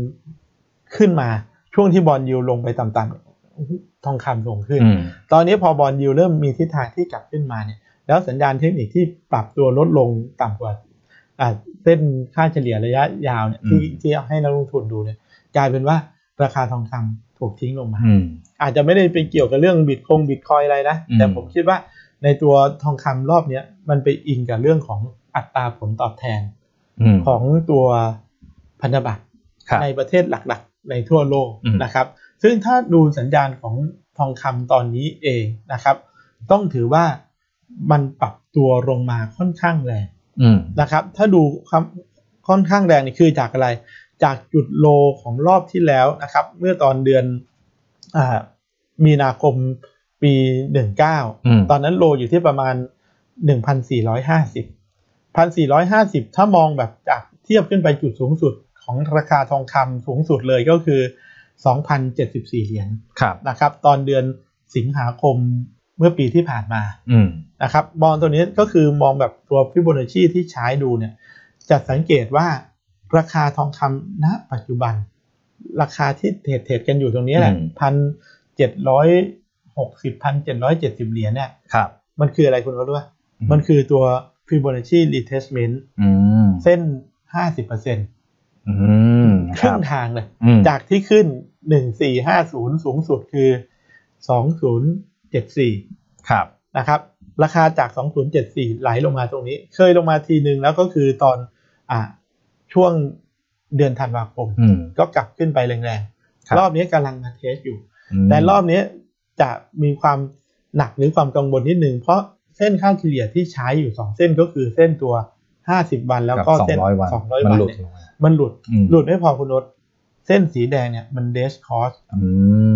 A: ขึ้นมาช่วงที่บอลยูลงไปต่ำๆทองคำสูงขึ้น
B: อืม
A: ตอนนี้พอบอลยูเริ่มมีทิศทางที่กลับขึ้นมาเนี่ย แล้วสัญญาณเทคนิคที่ปรับตัวลดลงต่ำกว่าอ่าเส้นค่าเฉลี่ยระยะยาวเนี่ยที่ที่เอาให้นักลงทุนดูเนี่ยกลายเป็นว่าราคาทองคำถูกทิ้งลงมา
B: อืม
A: อาจจะไม่ได้ไปเกี่ยวกับเรื่องบิตคงบิตคอยอะไรนะ
B: อืม
A: แต่ผมคิดว่าในตัวทองคำรอบเนี้ยมันไปอิงกับเรื่องของอัตราผลตอบแทน
B: อืม
A: ของตัวพันธบัตร
B: ครับ
A: ในประเทศหลักๆ ในทั่วโลก
B: อืม
A: นะครับ ซึ่งถ้าดูสัญญาณของทองคำตอนนี้เองนะครับ ต้องถือว่ามันปรับตัวลงมาค่อนข้างแรง
B: อืม
A: นะครับ ถ้าดูความค่อนข้างแรงนี่คือจากอะไร จากจุดโลของรอบที่แล้วนะครับ เมื่อตอนเดือนอามีนาคมปี 19
B: อืม
A: ตอนนั้นโลอยู่ที่ประมาณ 1,450 1,450 ถ้ามองแบบจากเทียบขึ้นไปจุดสูงสุดของราคาทองคำสูงสุดเลยก็คือ 2,074 เหรียญ
B: ครับ
A: นะครับ ตอนเดือนสิงหาคมเมื่อปีที่ผ่านมา
B: อืม
A: นะครับ มองตัวนี้ก็คือมองแบบตัวฟิโบนัชชีที่ใช้ดูเนี่ย จะสังเกตว่าราคาทองคำณปัจจุบัน ราคาที่เทรดเทรดกันอยู่ตรงนี้แหละพันเจ็ดร้อยหกสิบพันเจ็ดร้อยเจ็ดสิบเหรียญเนี่ย
B: ครับ
A: มันคืออะไรคุณรู้ด้วย มันคือตัว Fibonacci retracement
B: อืม
A: เส้น 50%
B: อืม
A: ค
B: ค
A: รึ่
B: รั
A: ง
B: บ
A: ทางเลย
B: อืม
A: จากที่ขึ้น 1450 สูงสุดคือ 2074
B: ครับ
A: นะครับ ราคาจาก 2074 ไหลลงมาตรงนี้ เคยลงมาทีหนึ่งแล้วก็คือตอนอ่าช่วงเดือนธันวาคม
B: อืม
A: ก็กลับขึ้นไปแรง
B: ครับ
A: ๆ รอบนี้กำลังมาเทสอยู่
B: ม
A: แต่รอบนี้จะมีความหนักหรือความกังวลนิดนึง เพราะเส้นค่าเฉลี่ยที่ใช้อยู่ 2 เส้นก็คือเส้นตัว 50 วันแล้ว
B: กับ
A: ก็
B: สอง
A: เส้น
B: ร้อยวัน
A: 200วั
B: มั
A: นน
B: หลุด
A: เนี่ย
B: ลงมา
A: มันหลุด
B: อืม
A: หลุดไม่พอคุณนศเส้นสีแดงเนี่ยมันเดชคอส
B: อื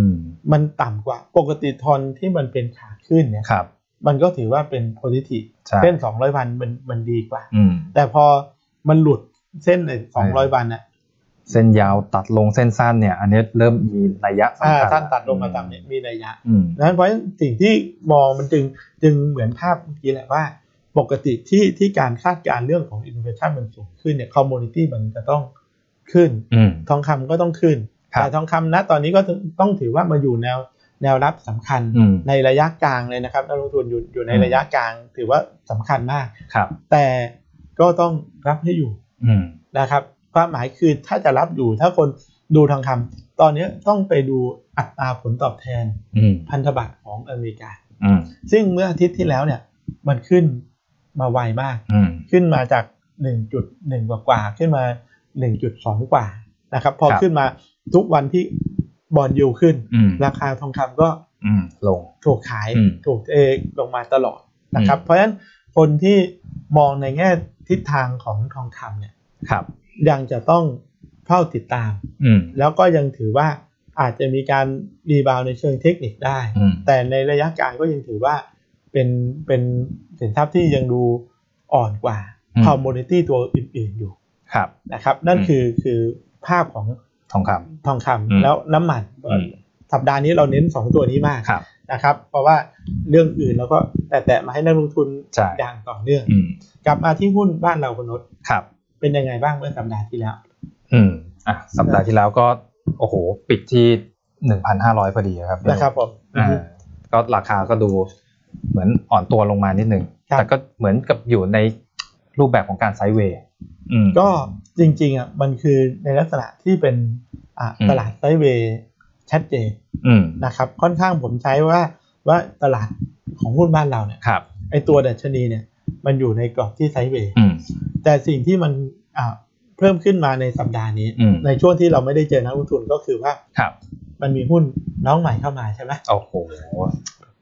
B: ม
A: มันต่ำกว่าปกติทอนที่มันเป็นขาขึ้นเนี่ย
B: ครับ
A: มันก็ถือว่าเป็นโพซิทีฟ
B: ใช่
A: เส้น 200 วันมันมันดีกว่า
B: อืม
A: แต่พอมันหลุดเส้นไอ้200 วันน่ะ
B: เส้นยาวตัดลงเส้นสั้นเนี่ย อันนี้เริ่มมีระยะ
A: อ่า
B: สำคัญ
A: สั้นตัดลงมาต่ำเนี่ยมีนัยยะ
B: อืม
A: ดังนั้นเพราะฉะนั้นสิ่งที่มองมันจึงจึงเหมือนภาพเมื่อกี้แหละว่า ปกติที่ที่การคาดการณ์เรื่องของอินเวชั่นมันสูงขึ้นเนี่ยคอมมูนิตี้มันจะต้องขึ้น
B: อืม
A: ทองคำก็ต้องขึ้น
B: ครับ
A: แต่ทองคำนะตอนนี้ก็ต้องถือว่ามาอยู่แนวแนวรับสำคัญ
B: อืม
A: ในระยะกลางเลยนะครับนักลงทุนอยู่อยู่ใน
B: อืม
A: ระยะกลาง ถือว่าสำคัญมาก
B: ครับ
A: แต่ก็ต้องรับให้อยู่
B: อืม
A: นะครับความหมายคือถ้าจะรับอยู่ถ้าคนดูทองคำตอนนี้ต้องไปดูอัตราผลตอบแทน
B: อืม
A: พันธบัตรของอเมริกา
B: อืม
A: ซึ่งเมื่ออาทิตย์ที่แล้วเนี่ย มันขึ้นมาไวมาก
B: อืม
A: ขึ้นมาจาก 1.1 กว่ากว่าๆขึ้นมา 1.2 กว่านะครับ พอขึ้นมาทุกวันที่บอลยูขึ้น
B: อืม
A: ราคาทองคำก็
B: อืมลง
A: ถูกขาย
B: อืม
A: ถูกเทลงมาตลอดนะครับ
B: อืม
A: เพราะฉะนั้นคนที่มองในแง่ทิศทางของทองคำเนี่ย
B: ครับ
A: ยังจะต้องเฝ้าติดตาม
B: อืม
A: แล้วก็ยังถือว่าอาจจะมีการรีบาวในเชิงเทคนิคได้
B: อืม
A: แต่ในระยะกลางก็ยังถือว่าเป็นเป็นสินทรัพย์ที่ยังดูอ่อนกว่าคอมมูนิตี้ตัวอื่นๆอยู่
B: ครับ
A: นะครับ นั่น
B: อืม
A: คือคือภาพของ
B: ทองค
A: ทองค
B: อืม
A: ำแล้วน้ำมัน
B: ำอืม
A: สัปดาห์นี้เราเน้น 2 ตัวนี้มาก
B: ครับ
A: นะครับ เพราะว่าเรื่องอื่นแล้วก็แต่แต่มาให้นักลงทุน
B: ใช่
A: อย่างต่อเนื่อง
B: อืม
A: กลับมาที่หุ้นบ้านเราคุณนศ
B: ครับ
A: เป็นยังไงบ้างเมื่อสัปดาห์ที่แล้ว
B: อืมอ่ะสัปดาห์ที่แล้วก็ โอ้โห ปิดที่หนึ่งพันห้าร้อยพอดีครับพี่หม
A: นะครับผม
B: อ่าก็ราคาก็ดูเหมือนอ่อนตัวลงมานิดนึง แต่ก็เหมือนกับอยู่ในรูปแบบของการไซด์เวย์อืม
A: ก็จริงๆอ่ะมันคือในลักษณะที่เป็นอ่ะ
B: อืม
A: ตลาดไซด์เวย์ชัดเจน
B: อืม
A: นะครับ ค่อนข้างผมใช้ว่าว่าตลาดของหุ้นบ้านเราเนี่ย
B: ครับ
A: ไอตัวดัชนีเนี่ยมันอยู่ในกรอบที่ไซด์เวย์
B: อืม
A: แต่สิ่งที่มันอ่ะเพิ่มขึ้นมาในสัปดาห์นี้
B: อืม
A: ในช่วงที่เราไม่ได้เจอนักลงทุนก็คือว่า
B: ครับ
A: มันมีหุ้นน้องใหม่เข้ามาใช่ไหม
B: โอ้โห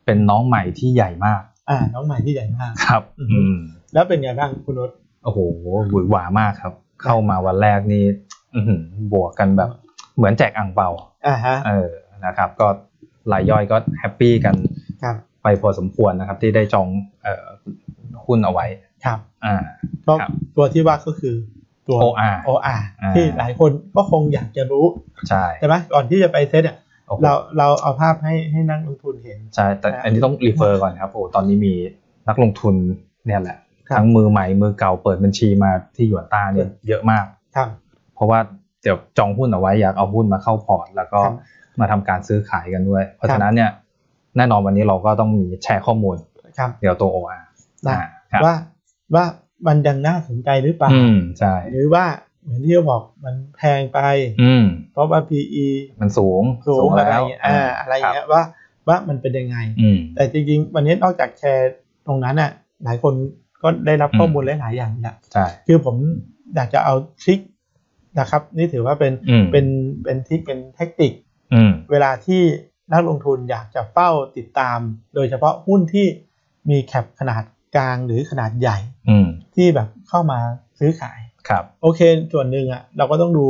B: เป็นน้องใหม่ที่ใหญ่มาก
A: อ่า น้องใหม่ที่ใหญ่มาก
B: ครับ อืม
A: แล้วเป็นไงบ้างคุณนศ
B: โอ้โหหวือหวามากครับ เข้ามาวันแรกนี่อื้อหือบวกกันแบบเหมือนแจกอ่างเปา
A: อ่าฮะ
B: เออ นะครับ ก็รายย่อยก็แฮปปี้กัน
A: ครับ
B: ไปพอสมควรนะครับ ที่ได้จองเอ่อหุ้นเอาไว้
A: ครับ
B: อ่า
A: ก็
B: ครับ
A: ตัวที่ว่าก็คือตัว
B: OR
A: OR
B: อ่า
A: ที่หลายคนก็คงอยากจะรู้
B: ใช่
A: ใช่ไหมก่อนที่จะไปเซตเนี่ย
B: โอ้โห
A: เราเราเอาภาพให้ให้นักลงทุนเห็น
B: ใช่ แต่อันนี้ต้องรีเฟอร์ก่อนครับ โอ้โหตอนนี้มีนักลงทุนเนี่ยแหละ
A: ครับ
B: ทั้งมือใหม่ มือเก่าเปิดบัญชีมาที่หยวนต้าเนี่ยเยอะมาก
A: ครับ
B: เพราะว่าเดี๋ยวจองหุ้นเอาไว้อยากเอาหุ้นมาเข้าพอร์ต แล้วก็
A: ครับ
B: มาทำการซื้อขายกันด้วย เพราะ
A: ครับ
B: ฉะนั้นเนี่ยแน่นอนวันนี้เราก็ต้องมีแชร์ข้อมูล
A: ครับ
B: เดี๋ยวตัว OR
A: นะ
B: อ่าครับ
A: ว่าว่ามันยังน่าสนใจหรือเปล่า
B: อืมใช่
A: หรือว่าเหมือนที่เขาบอกมันแพงไป
B: อืม
A: เพราะว่า PE
B: มันสูง
A: สูงอะไร
B: แล้ว
A: อย่างเงี้ยอ่าอะไรอย่าง
B: ครับ
A: เงี้ยว่าว่ามันเป็นยังไง
B: อืม
A: แต่จริงๆ วันนี้นอกจากแชร์ตรงนั้นน่ะหลายคนก็ได้รับ
B: อืม
A: ข้อมูลหลายๆอย่างนะ
B: ใช่
A: คือผมอยากจะเอาทริคนะครับ นี่ถือว่าเป็น
B: อืม
A: เป็นเป็นทริคเป็นเทคนิค
B: อืม
A: เวลาที่นักลงทุนอยากจะเฝ้าติดตาม โดยเฉพาะหุ้นที่มีแคปขนาดกลางหรือขนาดใหญ่
B: อืม
A: ที่แบบเข้ามาซื้อขาย
B: ครับ
A: โอเค ส่วนหนึ่งอ่ะเราก็ต้องดู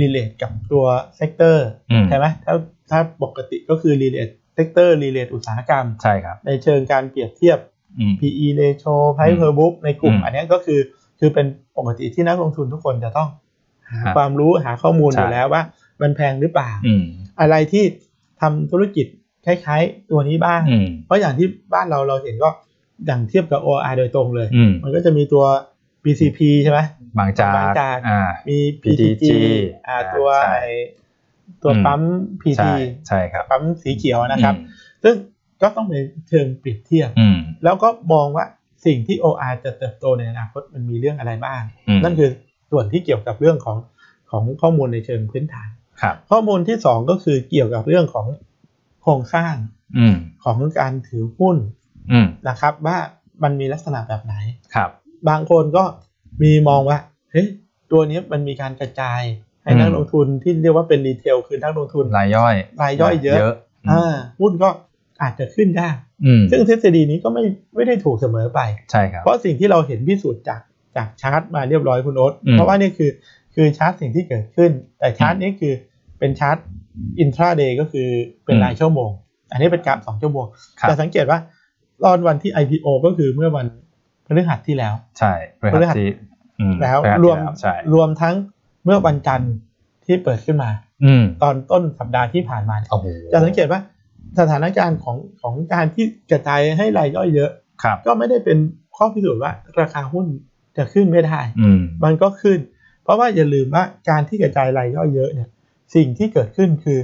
A: รีเลทกับตัวเซกเตอร์
B: อืม
A: ใช่ไหมถ้าถ้าปกติก็คือรีเลทเซกเตอร์รีเลทอุตสาหกรรม
B: ใช่ครับ
A: ในเชิงการเปรียบเทียบ
B: อืม
A: P/E ratio price per book ในกลุ่ม
B: อืม
A: อันเนี้ยก็คือคือเป็นปกติที่นักลงทุนทุกคนจะต้องหา
B: ครับ
A: ความรู้หาข้อมูล
B: ใช่
A: อยู่แล้วว่ามันแพงหรือเปล่า
B: อืม
A: อะไรที่ทำธุรกิจคล้ายๆ ตัวนี้บ้าง
B: อืม
A: เพราะอย่างที่บ้านเราเราเห็นก็อย่างเทียบกับ OR โดยตรงเลย
B: อืม
A: มันก็จะมีตัว BCP ใช่ไหม
B: บางจาก
A: บางจาก
B: อ่า
A: มี
B: PTG
A: PTG อ่า
B: อ่า
A: ตัว
B: ใช่
A: ไอ้ตัว
B: อืม
A: ปั๊ม PT
B: ใช่ใช่ครับ
A: ปั๊มสีเขียวนะครับ
B: อืม
A: ซึ่งก็ต้องเป็นเชิงเปรียบเทียบ
B: อืม
A: แล้วก็มองว่าสิ่งที่ OR จะเติบโตในอนาคตมันมีเรื่องอะไรบ้าง
B: ม
A: นั่นคือส่วนที่เกี่ยวกับเรื่องของของข้อมูลในเชิงพื้นฐาน
B: ครับ
A: ข้อมูลที่สองก็คือเกี่ยวกับเรื่องของโครงสร้าง
B: อืม
A: ของการถือหุ้น
B: อืม
A: นะครับ ว่ามันมีลักษณะแบบไหน
B: ครับ
A: บางคนก็มีมองว่าเฮ้ยตัวนี้มันมีการกระจายให้
B: อืม
A: นักลงทุนที่เรียกว่าเป็นรีเทลคือนักลงทุน
B: รายย่อย
A: รายย่อยเยอะ
B: อืม
A: อ่าหุ้นก็อาจจะขึ้นได้
B: อืม
A: ซึ่งทฤษฎีนี้ก็ไม่ไม่ได้ถูกเสมอไป
B: ใช่ครับ
A: เพราะสิ่งที่เราเห็นพิสูจน์จากจากชาร์ตมาเรียบร้อยคุณโอ๊ต
B: อืม
A: เพราะว่านี่คือคือชาร์ตสิ่งที่เกิดขึ้น แต่ชาร์ตนี้คือเป็นชาร์ตอินทราเดย์ก็คือเป็น
B: อืม
A: รายชั่วโมง อันนี้เป็นกราฟสองชั่วโมง
B: ครับ
A: แต่สังเกตว่าตอนวันที่ IPO ก็คือเมื่อวันพฤหัสที่แล้ว
B: ใช่พฤ
A: พฤหั
B: หั
A: ส
B: สที่อืม
A: แล้ว
B: พฤ
A: รว
B: หัส
A: ม
B: ที่แล้ใช่
A: รวมทั้งเมื่อวันจันทร์ที่เปิดขึ้นมา
B: อืม
A: ตอนต้นสัปดาห์ที่ผ่านมาเนี่ย
B: โอ้โห
A: จะสังเกตว่าสถานการณ์ของของการที่กระจายให้รายย่อยเยอะ
B: ครับ
A: ก็ไม่ได้เป็นข้อพิสูจน์ว่าราคาหุ้นจะขึ้นไม่ได้
B: อืม
A: มันก็ขึ้น เพราะว่าอย่าลืมว่าการที่กระจายรายย่อยเยอะเนี่ย สิ่งที่เกิดขึ้นคือ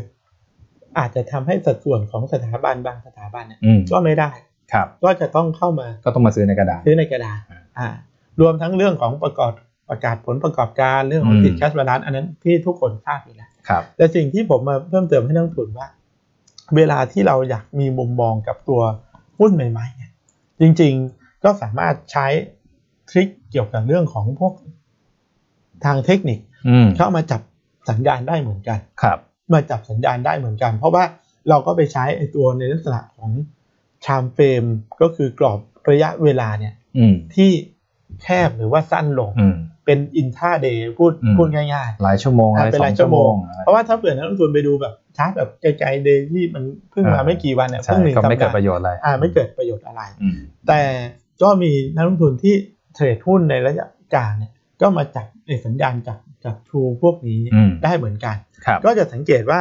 A: อาจจะทำให้สัดส่วนของสถาบันบางสถาบันเนี่ย
B: อืม
A: ก็ไม่ได้
B: ครับ
A: ก็จะต้องเข้ามา
B: ก็ต้องมาซื้อในกระดาษ
A: ซื้อในกระดาษอ่ารวมทั้งเรื่องของประกอบประกาศผลประกอบการเรื่องของ
B: อืม
A: ติดแคชบาลานซ์อันนั้นที่ทุกคนทราบอยู่แล้ว
B: ครับ
A: แต่สิ่งที่ผมมาเพิ่มเติมให้นักลงทุนว่า เวลาที่เราอยากมีมุมมองกับตัวหุ้นใหม่ๆเนี่ยจริงๆก็สามารถใช้ทริคเกี่ยวกับเรื่องของพวกทางเทคนิค
B: อืม
A: เข้ามาจับสัญญาณได้เหมือนกัน
B: ครับ
A: มาจับสัญญาณได้เหมือนกัน เพราะว่าเราก็ไปใช้ไอตัวในลักษณะของชามเฟรมก็คือกรอบระยะเวลาเนี่ย
B: อืม
A: ที่แคบหรือว่าสั้นลง
B: อืม
A: เป็นอินท่าเดย์พูด
B: อืม
A: พูดง่ายๆ
B: หลายชั่วโมงห
A: อ่ะ
B: ลาย
A: เป็น
B: สอ
A: ราย
B: ง
A: ชั่
B: ชั่
A: ว
B: ว
A: โม
B: โม
A: ง
B: ง
A: เพราะว่าถ้าเผื่อนักลงทุนไปดูแบบชาร์จแบบไกลๆเดย์ที่มันเพิ่งมา
B: อ่า
A: ไม่กี่วันเนี่ย
B: ใช่
A: เพิ่งหนึ่ง
B: ก็
A: สัป
B: ไม่เกิด
A: ดา
B: ประ
A: ห์
B: โยชน์อะไร
A: อ่าไม่เกิดประโยชน์อะไร
B: อืม
A: แต่ก็มีนักลงทุนที่เทรดหุ้นในระยะกลางเนี่ยก็มาจับในสัญญาณจากจากทรูพวกนี้
B: อืม
A: ได้เหมือนกัน
B: ครับ
A: ก็จะสังเกตว่า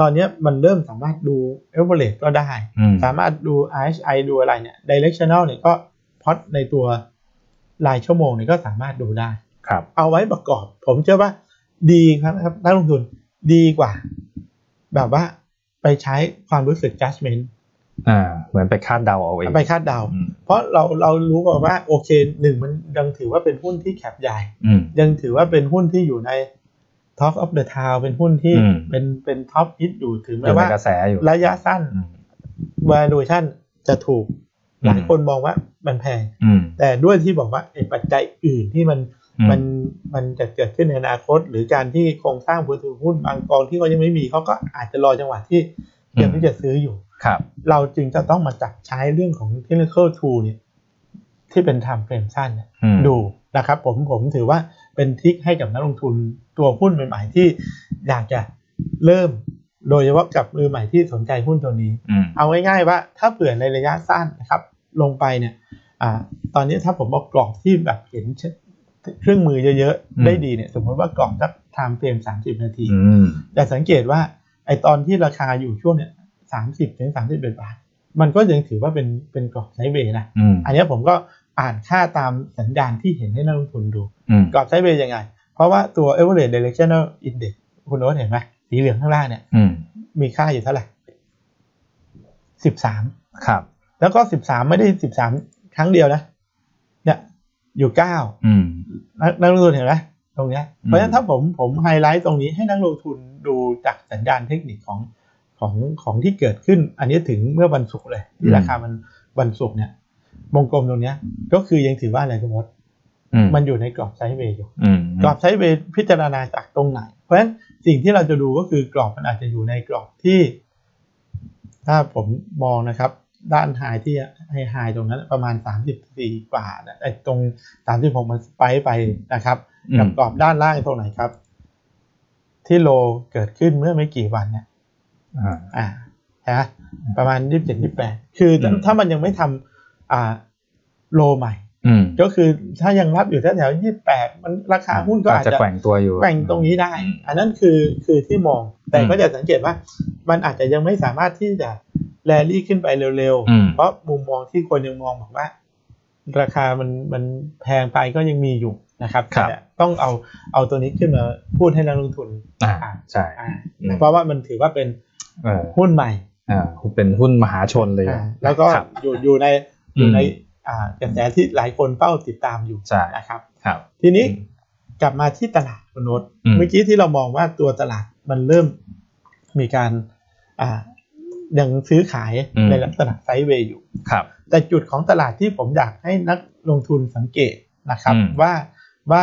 A: ตอนเนี้ยมันเริ่มสามารถดู a v e r a g e ก็ได้
B: อืม
A: สามารถดู RSI ดูอะไรเนี่ย directional เนี่ยก็พอดในตัวรายชั่วโมงเนี่ยก็สามารถดูได้
B: ครับ
A: เอาไว้ประกอบ ผมเชื่อว่าดีครับนักลงทุน ดีกว่า แบบว่าไปใช้ความรู้สึก judgment
B: อ่า เหมือนไปคาดเดาเอาเอง
A: ไปคาดเดา
B: อืม
A: เพราะเราเรารู้ก่อนว่าโอเคหนึ่งมันยังถือว่าเป็นหุ้นที่แคปใหญ่
B: อืม
A: ยังถือว่าเป็นหุ้นที่อยู่ใน Talk of the Town เป็นหุ้นที่
B: อืม
A: เป็นเป็นท็อปฮิตอยู่ถึง
B: อ
A: แม้
B: ยู่ใน
A: ว่าก
B: ระแสอยู่
A: ระยะสั้น
B: อืม
A: valuation จะถูก
B: อืม
A: หลายคนมองว่ามันแพง
B: อืม
A: แต่ด้วยที่บอกว่าไอ้ปัจจัยอื่นที่มัน
B: อื
A: มันมันจะเกิดขึ้นในอนาคต หรือการที่โครงสร้างผู้ถือหุ้นบางกองที่เขายังไม่มีเขาก็อาจจะรอจังหวะที่เตรียมที่จะซื้ออยู่
B: ครับ
A: เราจึงจะต้องมาจับใช้เรื่องของ technical tool เนี่ยที่เป็น time frame สั้นเนี่ย
B: อืม
A: ดูนะครับผมผมถือว่าเป็นทริคให้กับนักลงทุนตัวหุ้นใหม่ๆที่อยากจะเริ่ม โดยเฉพาะกับมือใหม่ที่สนใจหุ้นตัวนี้
B: อืม
A: เอาง่ายๆว่าถ้าเผื่อในระยะสั้นนะครับลงไปเนี่ยอาตอนนี้ถ้าผมบอกกรอบที่แบบเห็นเครื่องมือเยอะๆ ได้ดีเนี่ยสมมติว่ากรอบสัก time frame 30 นาที
B: อืม
A: แต่สังเกตว่าไอตอนที่ราคาอยู่ช่วงเนี่ยสามสิบถึงสามสิบเอ็ดบาท มันก็ยังถือว่าเป็นเป็นกรอบไซด์เวย์นะ
B: อืม
A: อันเนี้ยผมก็อ่านค่าตามสัญญาณที่เห็นให้นักลงทุนดู
B: อืม
A: กรอบไซด์เวย์ยังไง เพราะว่าตัว average directional index คุณโน้ตเห็นไหมสีเหลืองข้างล่างเนี่ย
B: อืม
A: มีค่าอยู่เท่าไหร่สิบสาม
B: ครับ
A: แล้วก็สิบสามไม่ได้สิบสามครั้งเดียวนะเนี่ยอยู่เก้า
B: อืม
A: นักลงทุนเห็นไหมตรงเนี้ย
B: อืม
A: เพราะฉะนั้นถ้าผมผมไฮไลท์ตรงนี้ให้นักลงทุนดูจากสัญญาณเทคนิคของของของที่เกิดขึ้น อันนี้ถึงเมื่อวันศุกร์เลยที่ราคามันวันศุกร์เนี่ยวงกลมตรงเนี้ย ก็คือยังถือว่าอะไรคุณโน้ต
B: อืม
A: มันอยู่ในกรอบไซด์เวย์อยู่
B: อืม
A: กรอบไซด์เวย์พิจารณาจากตรงไหน เพราะฉะนั้นสิ่งที่เราจะดูก็คือกรอบมันอาจจะอยู่ในกรอบที่ ถ้าผมมองนะครับ ด้านไฮที่ไฮไฮตรงนั้นประมาณ 34 กว่านะไอ้ตรง 36 มันสไปค์ไปนะครับ
B: อื
A: กับ
B: ม
A: กรอบด้านล่างตรงไหนครับ ที่โลเกิดขึ้นเมื่อไม่กี่วันเนี่ย
B: อ่า
A: อ่าใช่ไหมประมาณ 27 28 คือถ้า
B: อืม
A: ถ้ามันยังไม่ทำอ่าโลใหม่
B: อืม
A: ก็คือถ้ายังรับอยู่แถวๆยี่แปดมันราคาหุ้นก็อาจจะ
B: แกว่งตัวอยู่
A: แกว่งตรงนี้ได้
B: อืม
A: อันนั้นคือคือที่มอง แต่
B: อืม
A: ก็จะสังเกตว่า มันอาจจะยังไม่สามารถที่จะแรลลี่ขึ้นไปเร็ว
B: อืม
A: เพราะมุมมองที่คนยังมองบอกว่า ราคามันมันแพงไปก็ยังมีอยู่นะครับ
B: ครับ
A: แต่ต้องเอาเอาตัวนี้ขึ้นมาพูดให้นักลงทุน
B: อ่าใช่
A: อ่าเพราะว่ามันถือว่าเป็น
B: เออ
A: หุ้นใหม่
B: อ่าเป็นหุ้นมหาชนเลยอะ
A: อ่าแล้วก็
B: ครับ
A: อยู่อยู่ในอยู่ใน
B: อืม
A: อ่ากระแสที่หลายคนเฝ้าติดตามอยู่
B: ใช่
A: นะครับ
B: ครับ
A: ทีนี้ กลับมาที่ตลาดมนุษย์
B: อืม
A: เมื่อกี้ที่เรามองว่าตัวตลาดมันเริ่มมีการอ่ายังซื้อขาย
B: อืม
A: ในลักษณะไซด์เวย์อยู่
B: ครับ
A: แต่จุดของตลาดที่ผมอยากให้นักลงทุนสังเกตนะครับ
B: อืม
A: ว่าว่า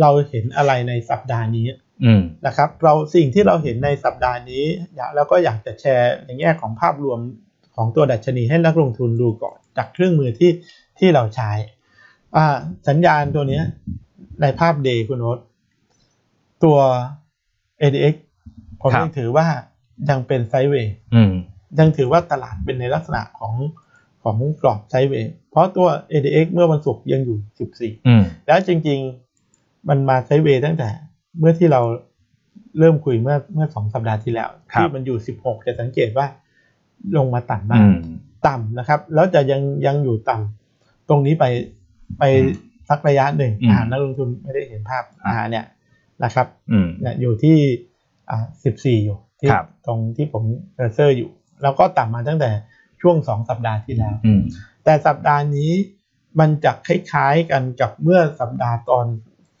A: เราเห็นอะไรในสัปดาห์นี้
B: อืม
A: นะครับ เราสิ่งที่เราเห็นในสัปดาห์นี้อยากแล้วก็อยากจะแชร์ในแง่ของภาพรวมของตัวดัชนีให้นักลงทุนดูก่อนจากเครื่องมือที่ที่เราใช้อ่าสัญญาณตัวเนี้ยในภาพเดย์คุณโน้ต ตัว ADX ผมยังถือว่ายังเป็นไซด์เวย์
B: อืม
A: ยังถือว่าตลาดเป็นในลักษณะของของกรอบไซด์เวย์ เพราะตัว ADX เมื่อวันศุกร์ยังอยู่
B: อืม
A: 14 แล้วจริงๆ มันมาไซด์เวย์ตั้งแต่เมื่อที่เราเริ่มคุยเมื่อเมื่อสองสัปดาห์ที่แล้ว ที่มันอยู่ 16 จะสังเกตว่าลงมาต่ำมา
B: อื
A: ก
B: ม
A: ต่ำนะครับ แล้วจะยังยังอยู่ต่ำตรงนี้ไปไป
B: อืม
A: สักระยะหนึ่ง
B: อืม
A: อ่านักลงทุนไม่ได้เห็นภาพ
B: อ่า
A: อ่าเนี่ยนะครับ
B: อืม
A: เนี่ยอยู่ที่อ่าสิบสี่อยู่ที่
B: ครับ
A: ตรงที่ผมเซอร์อยู่ แล้วก็ต่ำมาตั้งแต่ช่วงสองสัปดาห์ที่แล้ว
B: อืม
A: แต่สัปดาห์นี้มันจะคล้ายๆกันกับเมื่อสัปดาห์ตอน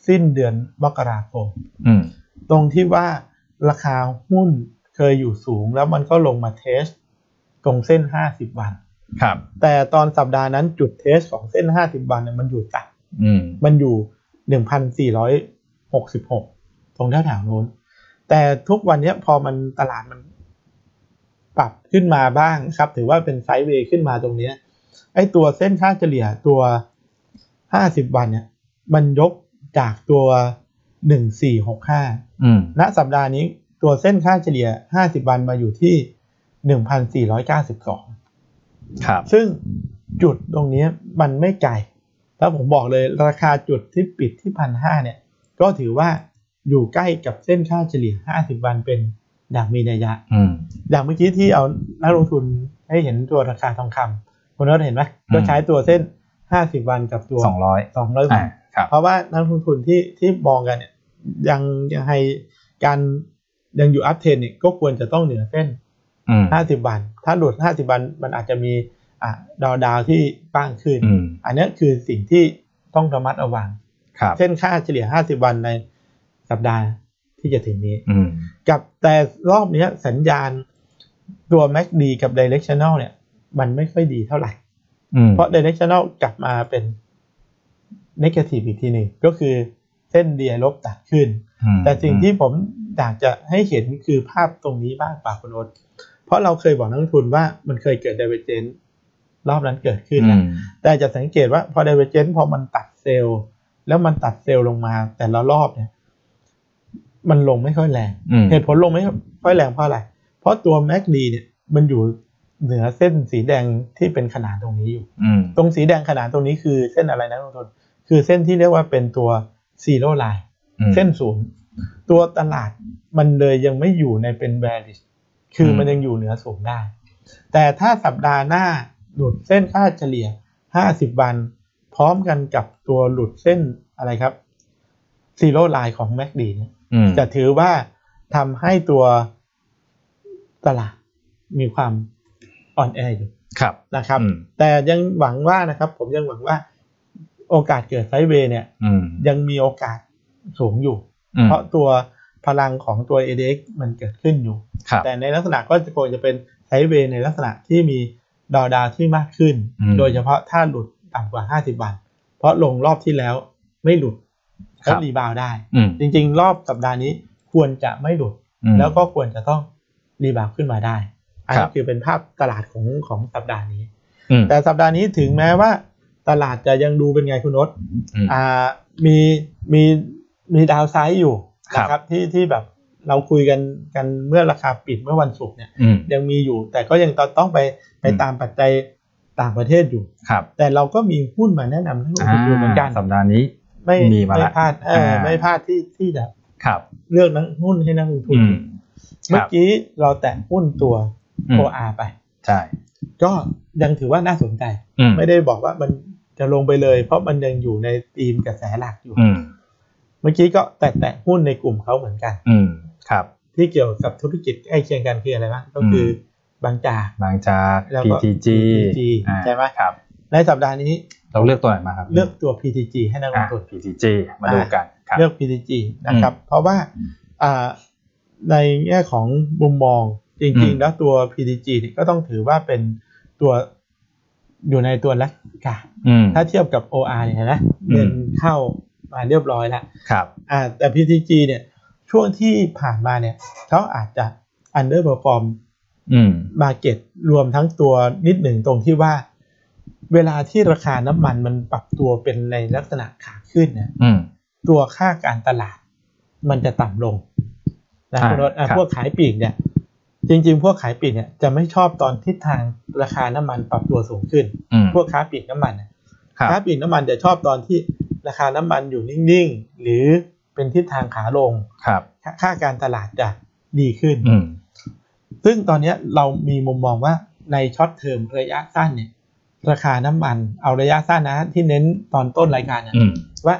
A: สิ้นเดือนมกราคม
B: อืม
A: ตรงที่ว่าราคาหุ้นเคยอยู่สูง แล้วมันก็ลงมาเทสตรงเส้น 50 วัน
B: ครับ
A: แต่ตอนสัปดาห์นั้นจุดเทสของเส้น 50 วันเนี่ยมันอยู่ต่ำ
B: อืม
A: มันอยู่ 1,466 ตรงแถวๆนู้น แต่ทุกวันเนี้ยพอมันตลาดมันปรับขึ้นมาบ้างครับ ถือว่าเป็นไซด์เวย์ขึ้นมาตรงเนี้ยไอ้ตัวเส้นค่าเฉลี่ยตัว 50 วันเนี่ย มันยกจากตัว 1465
B: อืม
A: ณ สัปดาห์นี้ตัวเส้นค่าเฉลี่ย 50 วันมาอยู่ที่ 1,492
B: ครับ
A: ซึ่งจุดตรงเนี้ยมันไม่ไกล แล้วผมบอกเลยราคาจุดที่ปิดที่พันห้าเนี่ย ก็ถือว่าอยู่ใกล้กับเส้นค่าเฉลี่ย 50 วันเป็นอย่างมีนัยยะ
B: อืม
A: อย่างเมื่อกี้ที่เอานักลงทุนให้เห็นตัวราคาทองคำคุณน็อตเห็นไหม
B: อืม
A: ก็ใช้ตัวเส้น 50 วันกับตัว
B: สองร้อย
A: 200วั
B: อ่าน ครับ
A: เพราะว่านักลงทุนที่ที่มองกันเนี่ยยังยังให้การ ยังอยู่อัพเทนเนี่ยก็ควรจะต้องเหนือเส้น
B: อืม
A: 50 วัน ถ้าหลุด 50 วันมันอาจจะมีอ่ะดาวดาวที่บ้างขึ้น
B: อืม
A: อันเนี้ยคือสิ่งที่ต้องระมัดระวัง
B: ครับ
A: เส้นค่าเฉลี่ย 50 วันในสัปดาห์ที่จะถึงนี้
B: อืม
A: กับแต่รอบเนี้ยสัญญาณตัว MACD กับ Directional เนี่ย มันไม่ค่อยดีเท่าไหร่
B: อืม
A: เพราะ Directional กลับมาเป็น Negative อีกทีหนึ่งก็คือเส้นเดียลบตัดขึ้น
B: อืม
A: แต่สิ่งที่ผมอยากจะให้เห็นคือภาพตรงนี้บ้างป่าคุณโอ๊ตเพราะเราเคยบอกนักลงทุนว่ามันเคยเกิด Divergence รอบนั้นเกิดขึ้นนะ
B: อืม
A: แต่จะสังเกตว่าพอ divergent พอมันตัดเซลล์ แล้วมันตัดเซลล์ลงมาแต่ละรอบเนี่ย มันลงไม่ค่อยแรง
B: อืม
A: เหตุผลลงไม่ค่อยแรงเพราะอะไร เพราะตัว MACD เนี่ยมันอยู่เหนือเส้นสีแดงที่เป็นขนานตรงนี้อยู่
B: อืม
A: ตรงสีแดงขนานตรงนี้คือเส้นอะไรนะทุกทนคือเส้นที่เรียกว่าเป็นตัว zero line
B: อืม
A: เส้นศูนย์ตัวตลาดมันเลยยังไม่อยู่ในเป็น bearish คือ
B: ม
A: มันยังอยู่เหนือสูงได้ แต่ถ้าสัปดาห์หน้าหลุดเส้นค่าเฉลี่ย 50 วัน พร้อมกันกับตัวหลุดเส้นอะไรครับซีโร่ไลน์ของ MACD เนี่ย
B: อืม
A: จะถือว่าทำให้ตัวตลาดมีความอ่อนแออยู่
B: ครับ
A: นะครับ
B: อืม
A: แต่ยังหวังว่านะครับ ผมยังหวังว่าโอกาสเกิดไซด์เวย์เนี่ย
B: อืม
A: ยังมีโอกาสสูงอยู่
B: อืม
A: เพราะตัวพลังของตัว ADX มันเกิดขึ้นอยู่
B: ครับ
A: แต่ในลักษณะก็จะคงจะเป็นไซด์เวย์ในลักษณะที่มีดาวดาวที่มากขึ้น
B: อืม
A: โดยเฉพาะถ้าหลุดต่ำกว่า 50 วัน เพราะลงรอบที่แล้วไม่หลุด
B: ครั
A: แล้ว
B: บ
A: รีบาวด์ได้
B: อืม
A: จริงๆ รอบสัปดาห์นี้ควรจะไม่หลุด
B: อืม
A: แล้วก็ควรจะต้องรีบาวด์ขึ้นมาได้ อัน
B: ครั
A: นี้
B: บ
A: คือเป็นภาพตลาดของของสัปดาห์นี้
B: อืม
A: แต่สัปดาห์นี้ถึงแม้ว่า ตลาดจะยังดูเป็นไงคุณนศ
B: อืม
A: อ่ามีมีมีดาวไซด์อยู่
B: ครั
A: นะ
B: บ
A: ครับที่ที่แบบเราคุยกันกันเมื่อราคาปิดเมื่อวันศุกร์เนี่ย
B: อืม
A: ยังมีอยู่ แต่ก็ยังต้องต้องไปไป
B: อืม
A: ตามปัจจัยต่างประเทศอยู่
B: ครับ
A: แต่เราก็มีหุ้นมาแนะนำให้ลงทุนอยู่เหมือนกัน
B: สัปดาห์นี้
A: ไม่
B: มีมา
A: ไม่
B: ละ
A: พลาดเอออา ไม่พลาดที่ที่จะ
B: ครับ
A: เลือกนักหุ้นให้นักลงทุน
B: อืม
A: เมื่
B: ค
A: อ
B: รับ
A: กี้เราแตะหุ้นตัว
B: อืม
A: โ r อาไป
B: ใช่
A: ก็ยังถือว่าน่าสนใจ
B: อืม
A: ไม่ได้บอกว่ามันจะลงไปเลย เพราะมันยังอยู่ในธีมกระแสหลักอยู่
B: อืม
A: เมื่อกี้ก็แตะแตะหุ้นในกลุ่มเขาเหมือนกัน
B: อืมครับ
A: ที่เกี่ยวกับธุรกิจใกล้เคียงกันคืออะไรบ้างก็คืออบางจาก
B: บางจาก
A: แล้วก็
B: PTG
A: PTG
B: อ่า
A: ใช่ไหม
B: ครับ
A: ในสัปดาห์นี้
B: เราเลือกตัวไหนมาครับ
A: เลือกตัว PTG ให้นักล
B: อ่ะ
A: งทุน
B: PTG มาดูกันครับ
A: เลือก PTG นะครับ เพราะว่าอ่าในแง่ของมุมมองจริง
B: อื
A: ๆ
B: ม
A: แล้วตัว PTG เนี่ยก็ต้องถือว่าเป็นตัวอยู่ในตัวลักกะ
B: อืม
A: ถ้าเทียบกับ OR เนี่ยนะ
B: อืม
A: เงินเข้ามาเรียบร้อยแล้ว
B: ครับ
A: อ่าแต่ PTG เนี่ยช่วงที่ผ่านมาเนี่ยเขาอาจจะ underperform
B: อืม
A: มาเก็ตรวมทั้งตัวนิดหนึ่งตรงที่ว่า เวลาที่ราคาน้ำมันมันปรับตัวเป็นในลักษณะขาขึ้นเนี่ย
B: อืม
A: ตัวค่าการตลาด มันจะต่ำลงนะ
B: ใช่
A: คุณรถอ่ะ
B: ครับ
A: พวกขายปลีกเนี่ย จริง ๆ พวกขายปลีกเนี่ยจะไม่ชอบตอนทิศทางราคาน้ำมันปรับตัวสูงขึ้น
B: อืม
A: พวกค้าปลีกน้ำมันเนี่ย
B: ครับ
A: ค้าปลีกน้ำมันจะชอบตอนที่ราคาน้ำมันอยู่นิ่งๆ หรือเป็นทิศทางขาลง
B: ครับ
A: ค่าการตลาดจะดีขึ้น
B: อืม
A: ซึ่งตอนเนี้ยเรามีมุมมองว่าในช็อตเทอมระยะสั้นเนี่ยราคาน้ำมันเอาระยะสั้นนะ ที่เน้นตอนต้นรายการเนี่ย
B: อืม
A: ว่า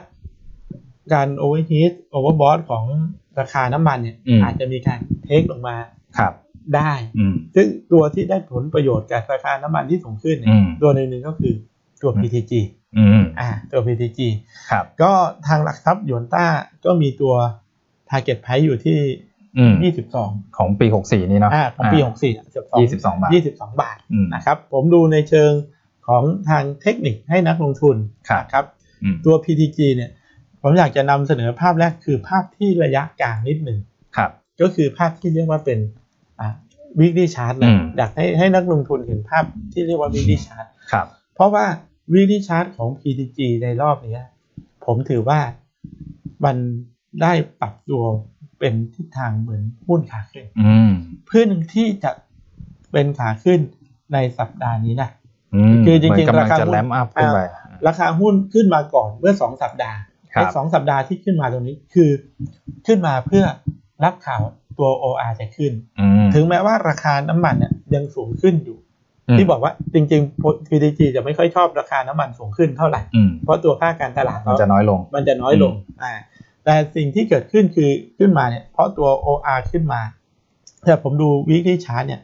A: การโอเวอร์ฮีทโอเวอร์บอทของราคาน้ำมันเนี่ย
B: อืม
A: อาจจะมีการเทคลงมา
B: ครับ
A: ได้
B: อืม
A: ซึ่งตัวที่ได้ผลประโยชน์จากราคาน้ำมันที่สูงขึ้นเนี่
B: อื
A: ย
B: ม
A: ตัวหนึ่งๆก็คือตัว PTG
B: อืม
A: อ่าตัว PTG
B: ครับ
A: ก็ทางหลักทรัพย์หยวนต้าก็มีตัว Target Price อยู่ที่
B: อืม
A: 22
B: ของปีหกสี่นี่เนาะ
A: อ่าของปี
B: า
A: 64อ่ะ
B: ยี่สิบสองบาท
A: ยี่สิบสองบาท
B: อืม
A: นะครับผมดูในเชิงของทางเทคนิคให้นักลงทุน
B: ครับ
A: นะครับ
B: อืม
A: ตัว PTG เนี่ยผมอยากจะนำเสนอภาพแรกคือภาพที่ระยะกลางนิดหนึ่ง
B: ครับ
A: ก็คือภาพที่เรียกว่าเป็นวิกฤตชาร์ต
B: อื
A: นะ
B: ม
A: อยากให้ให้นักลงทุนเห็นภาพที่เรียกว่าวิกฤตชาร์ต
B: ครับ
A: เพราะว่าวิกฤตชาร์ตของ PTG ในรอบเนี้ยผมถือว่ามันได้ปรับตัวเป็นทิศทางเหมือนหุ้นขาขึ้น
B: อืม
A: เพื่อนที่จะเป็นขาขึ้นในสัปดาห์นี้นะ
B: อืม
A: คือจริงๆ
B: เหมืน
A: รา
B: กำลั
A: คา
B: จะ
A: หุ้น
B: แลมอัพขึ้นไป
A: ราคาหุ้นขึ้นมาก่อนเมื่อสองสัปดาห์
B: ครับ
A: และสองสัปดาห์ที่ขึ้นมาตรงนี้คือ ขึ้นมาเพื่อรับข่าวตัว OR จะขึ้น
B: อืม
A: ถึงแม้ว่าราคาน้ำมันเนี่ยยังสูงขึ้นอยู่
B: ม
A: ที่บอกว่าจริงๆ PTG จะไม่ค่อยชอบราคาน้ำมันสูงขึ้นเท่าไหร่
B: อืม
A: เพราะตัวค่าการตลาด
B: มัน
A: เขา
B: จะน้อยลง
A: มันจะน้อยลงอ่า แต่สิ่งที่เกิดขึ้นคือขึ้นมาเนี่ย เพราะตัว OR ขึ้นมา แต่ผมดูวิกฤตชาร์ตเนี่ย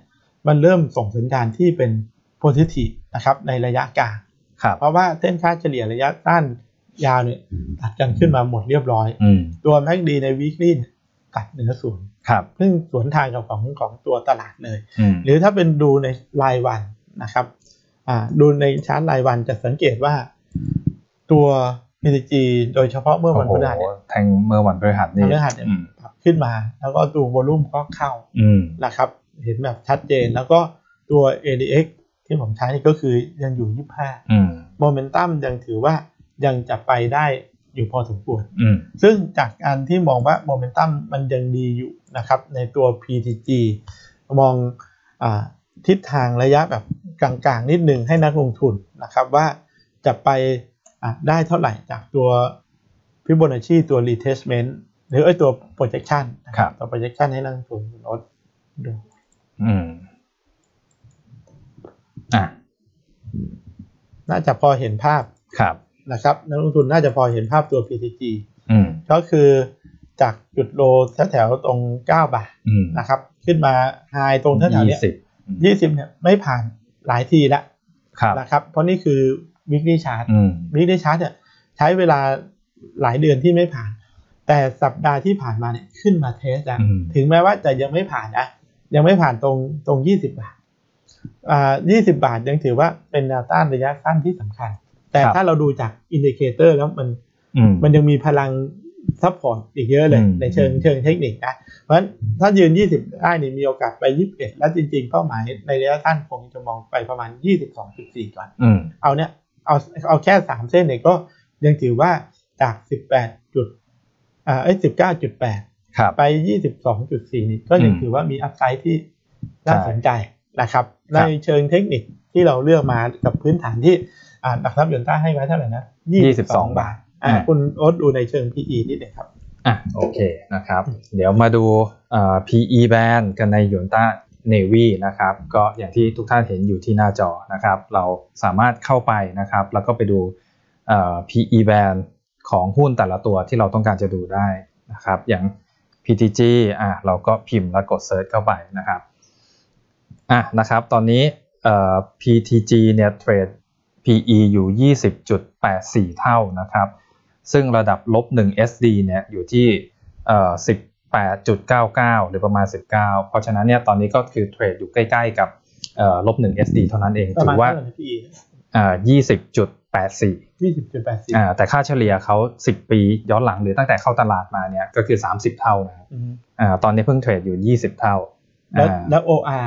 A: มันเริ่มส่งสัญญาณที่เป็น positive นะครับ ในระยะกลาง
B: ครับ
A: เพราะว่าเส้นค่าเฉลี่ยระยะสั้นยาวเนี่ยตัดกันขึ้นมาหมดเรียบร้อย
B: อืม
A: ตัวแม็กดีในวิกฤตตัดเหนือศูนย์
B: ครับ
A: ซึ่งสวนทางกับของของตัวตลาดเลย
B: อืม
A: หรือถ้าเป็นดูในรายวันนะครับอ่าดูในชาร์ตรายวันจะสังเกตว่าตัว PTG โดยเฉพาะเมื่อวันพฤหัสเนี่ย
B: โอ้โหแทงเมื่อวันพฤหัสนี่
A: พฤหัสเนี่ย
B: อืม
A: ปรับขึ้นมา แล้วก็ตัววอลุ่มก็เข้า
B: อืม
A: นะครับ เห็นแบบชัดเจนแล้วก็ตัว ADX ที่ผมใช้นี่ก็คือยังอยู่ 25
B: อืม
A: โมเมนตัมยังถือว่ายังจะไปได้อยู่พอสมควร
B: อืม
A: ซึ่งจากการที่มองว่าโมเมนตัมมันยังดีอยู่นะครับในตัว PTG มองอาทิศทางระยะแบบกลางๆ นิดนึงให้นักลงทุนนะครับว่าจะไปอ่ะได้เท่าไหร่จากตัวพิบ o น a ชีตัว retestment หรือไอ้ตัว projection นะตัว projection ให้นักลงทุนคุณโอ๊ตดู
B: อืมอ่ะ
A: น่าจะพอเห็นภาพ
B: ครับ
A: นะครับนักลงทุนน่าจะพอเห็นภาพตัว PTG
B: อืม
A: ก็คือจากจุดโลแถวๆตรง 9 บาท
B: อืม
A: นะครับขึ้นมาไฮตรงแถวๆเนี้ย
B: สิบ
A: ยี่สิบเนี่ยไม่ผ่านหลายทีแล้ว
B: ครับ
A: นะครับ เพราะนี่คือวิกฤตชาร์ต
B: อืม
A: วิกฤตชาร์ตเนี่ยใช้เวลาหลายเดือนที่ไม่ผ่าน แต่สัปดาห์ที่ผ่านมาเนี่ยขึ้นมาเทสแล้ว
B: อืม
A: ถึงแม้ว่าจะยังไม่ผ่านนะยังไม่ผ่านตรงตรงยี่สิบบาทอ่ายี่สิบาทยังถือว่าเป็นแนวต้านระยะสั้นที่สำคัญ แต่ถ้าเราดูจากอินดิเคเตอร์แล้วมัน
B: อืม
A: มันยังมีพลังซัพพอร์ตอีกเยอะเลย
B: อืม
A: ในเชิงเชิงเทคนิคนะ เพราะฉะนั้นถ้ายืน 20 ได้เนี่ยมีโอกาสไป 21 แล้วจริงๆ เป้าหมายในระยะสั้นคงจะมองไปประมาณ 22.4 ก่อน
B: อืม
A: เอาเนี่ยเอาเอาแค่ 3 เส้นเนี่ยก็ยังถือว่าจาก 18 จุดอ่าไอ้19.8
B: ครับ
A: ไป 22.4 นี่ก็ยัง
B: อืม
A: ถือว่ามีอัพไซด์ที่น่า
B: ใช่
A: สนใจนะครับ
B: ค
A: ใน
B: รับ
A: เชิงเทคนิคที่เราเลือกมากับพื้นฐานที่อ่าหลักทรัพย์ยนต้าให้ไว้เท่าไหร่นะ 22 บาท อ่าคุณโอ๊ตดูในเชิง PE นิดหนึ่งครับ
B: อ่ะโอเคนะครับ เดี๋ยวมาดูเอ่อ PE band กันในยนต้า Navy นะครับ ก็อย่างที่ทุกท่านเห็นอยู่ที่หน้าจอนะครับ เราสามารถเข้าไปนะครับ แล้วก็ไปดูเอ่อ PE band ของหุ้นแต่ละตัวที่เราต้องการจะดูได้นะครับ อย่าง PTG อ่ะเราก็พิมพ์แล้วกด search เข้าไปนะครับอ่ะนะครับ ตอนนี้เอ่อ PTG เนี่ยเทรด PE อยู่ 20.84 เท่านะครับ ซึ่งระดับลบ 1 SD เนี่ยอยู่ที่เอ่อ18.99 หรือประมาณ 19 เพราะฉะนั้นเนี่ยตอนนี้ก็คือเทรดอยู่ใกล้ๆกับเอ่อลบ 1 SD เท่านั้นเอง
A: ประ
B: ถื
A: มาณ
B: อว่า
A: เท่าไหร่นะ PE
B: เอ่อ20.84
A: 20.84
B: อ่าแต่ค่าเฉลี่ยเขา 10 ปีย้อนหลังหรือตั้งแต่เข้าตลาดมาเนี่ยก็คือ 30 เท่านะครับ
A: อืม
B: อ่าตอนนี้เพิ่งเทรดอยู่ 20 เท่า
A: แล้ว
B: อ่า
A: แล้ว OR
B: อ่า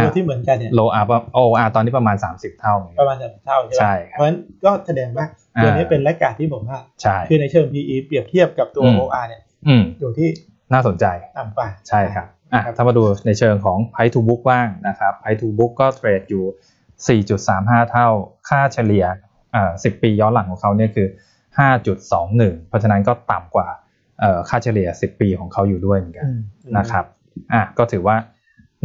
A: ตัวที่เหมือนกันเนี่ย
B: โลอาร์โออาร์ตอนนี้ประมาณ 30 เท่าเหมือน
A: ป
B: กั
A: ระ
B: น
A: มาณสามเท่าใช่ไหม
B: ใช่ครับ
A: เพราะฉะนั้นก็แสดงว่าตัวนี้
B: อ่า
A: เป็นแลกกาที่ผมว่า
B: ใช่
A: คือในเชิง PE เปรียบเทียบกับตัว
B: อืม
A: OR เนี่ย
B: อืม
A: อยู่ที่
B: น่าสนใจ
A: ต่ำกว่า
B: ใช่ครับอ่ะ
A: ครับ
B: ถ้ามาดูในเชิงของ Price to Book บ้างนะครับ Price to Book ก็เทรดอยู่ 4.35 เท่า ค่าเฉลี่ยเอ่อ10 ปีย้อนหลังของเขาเนี่ยคือ 5.21 เพราะฉะนั้นก็ต่ำกว่าเอ่อค่าเฉลี่ย 10 ปีของเขาอยู่ด้วยเหมือนกัน
A: อืม
B: นะครับอ่ะก็ถือว่า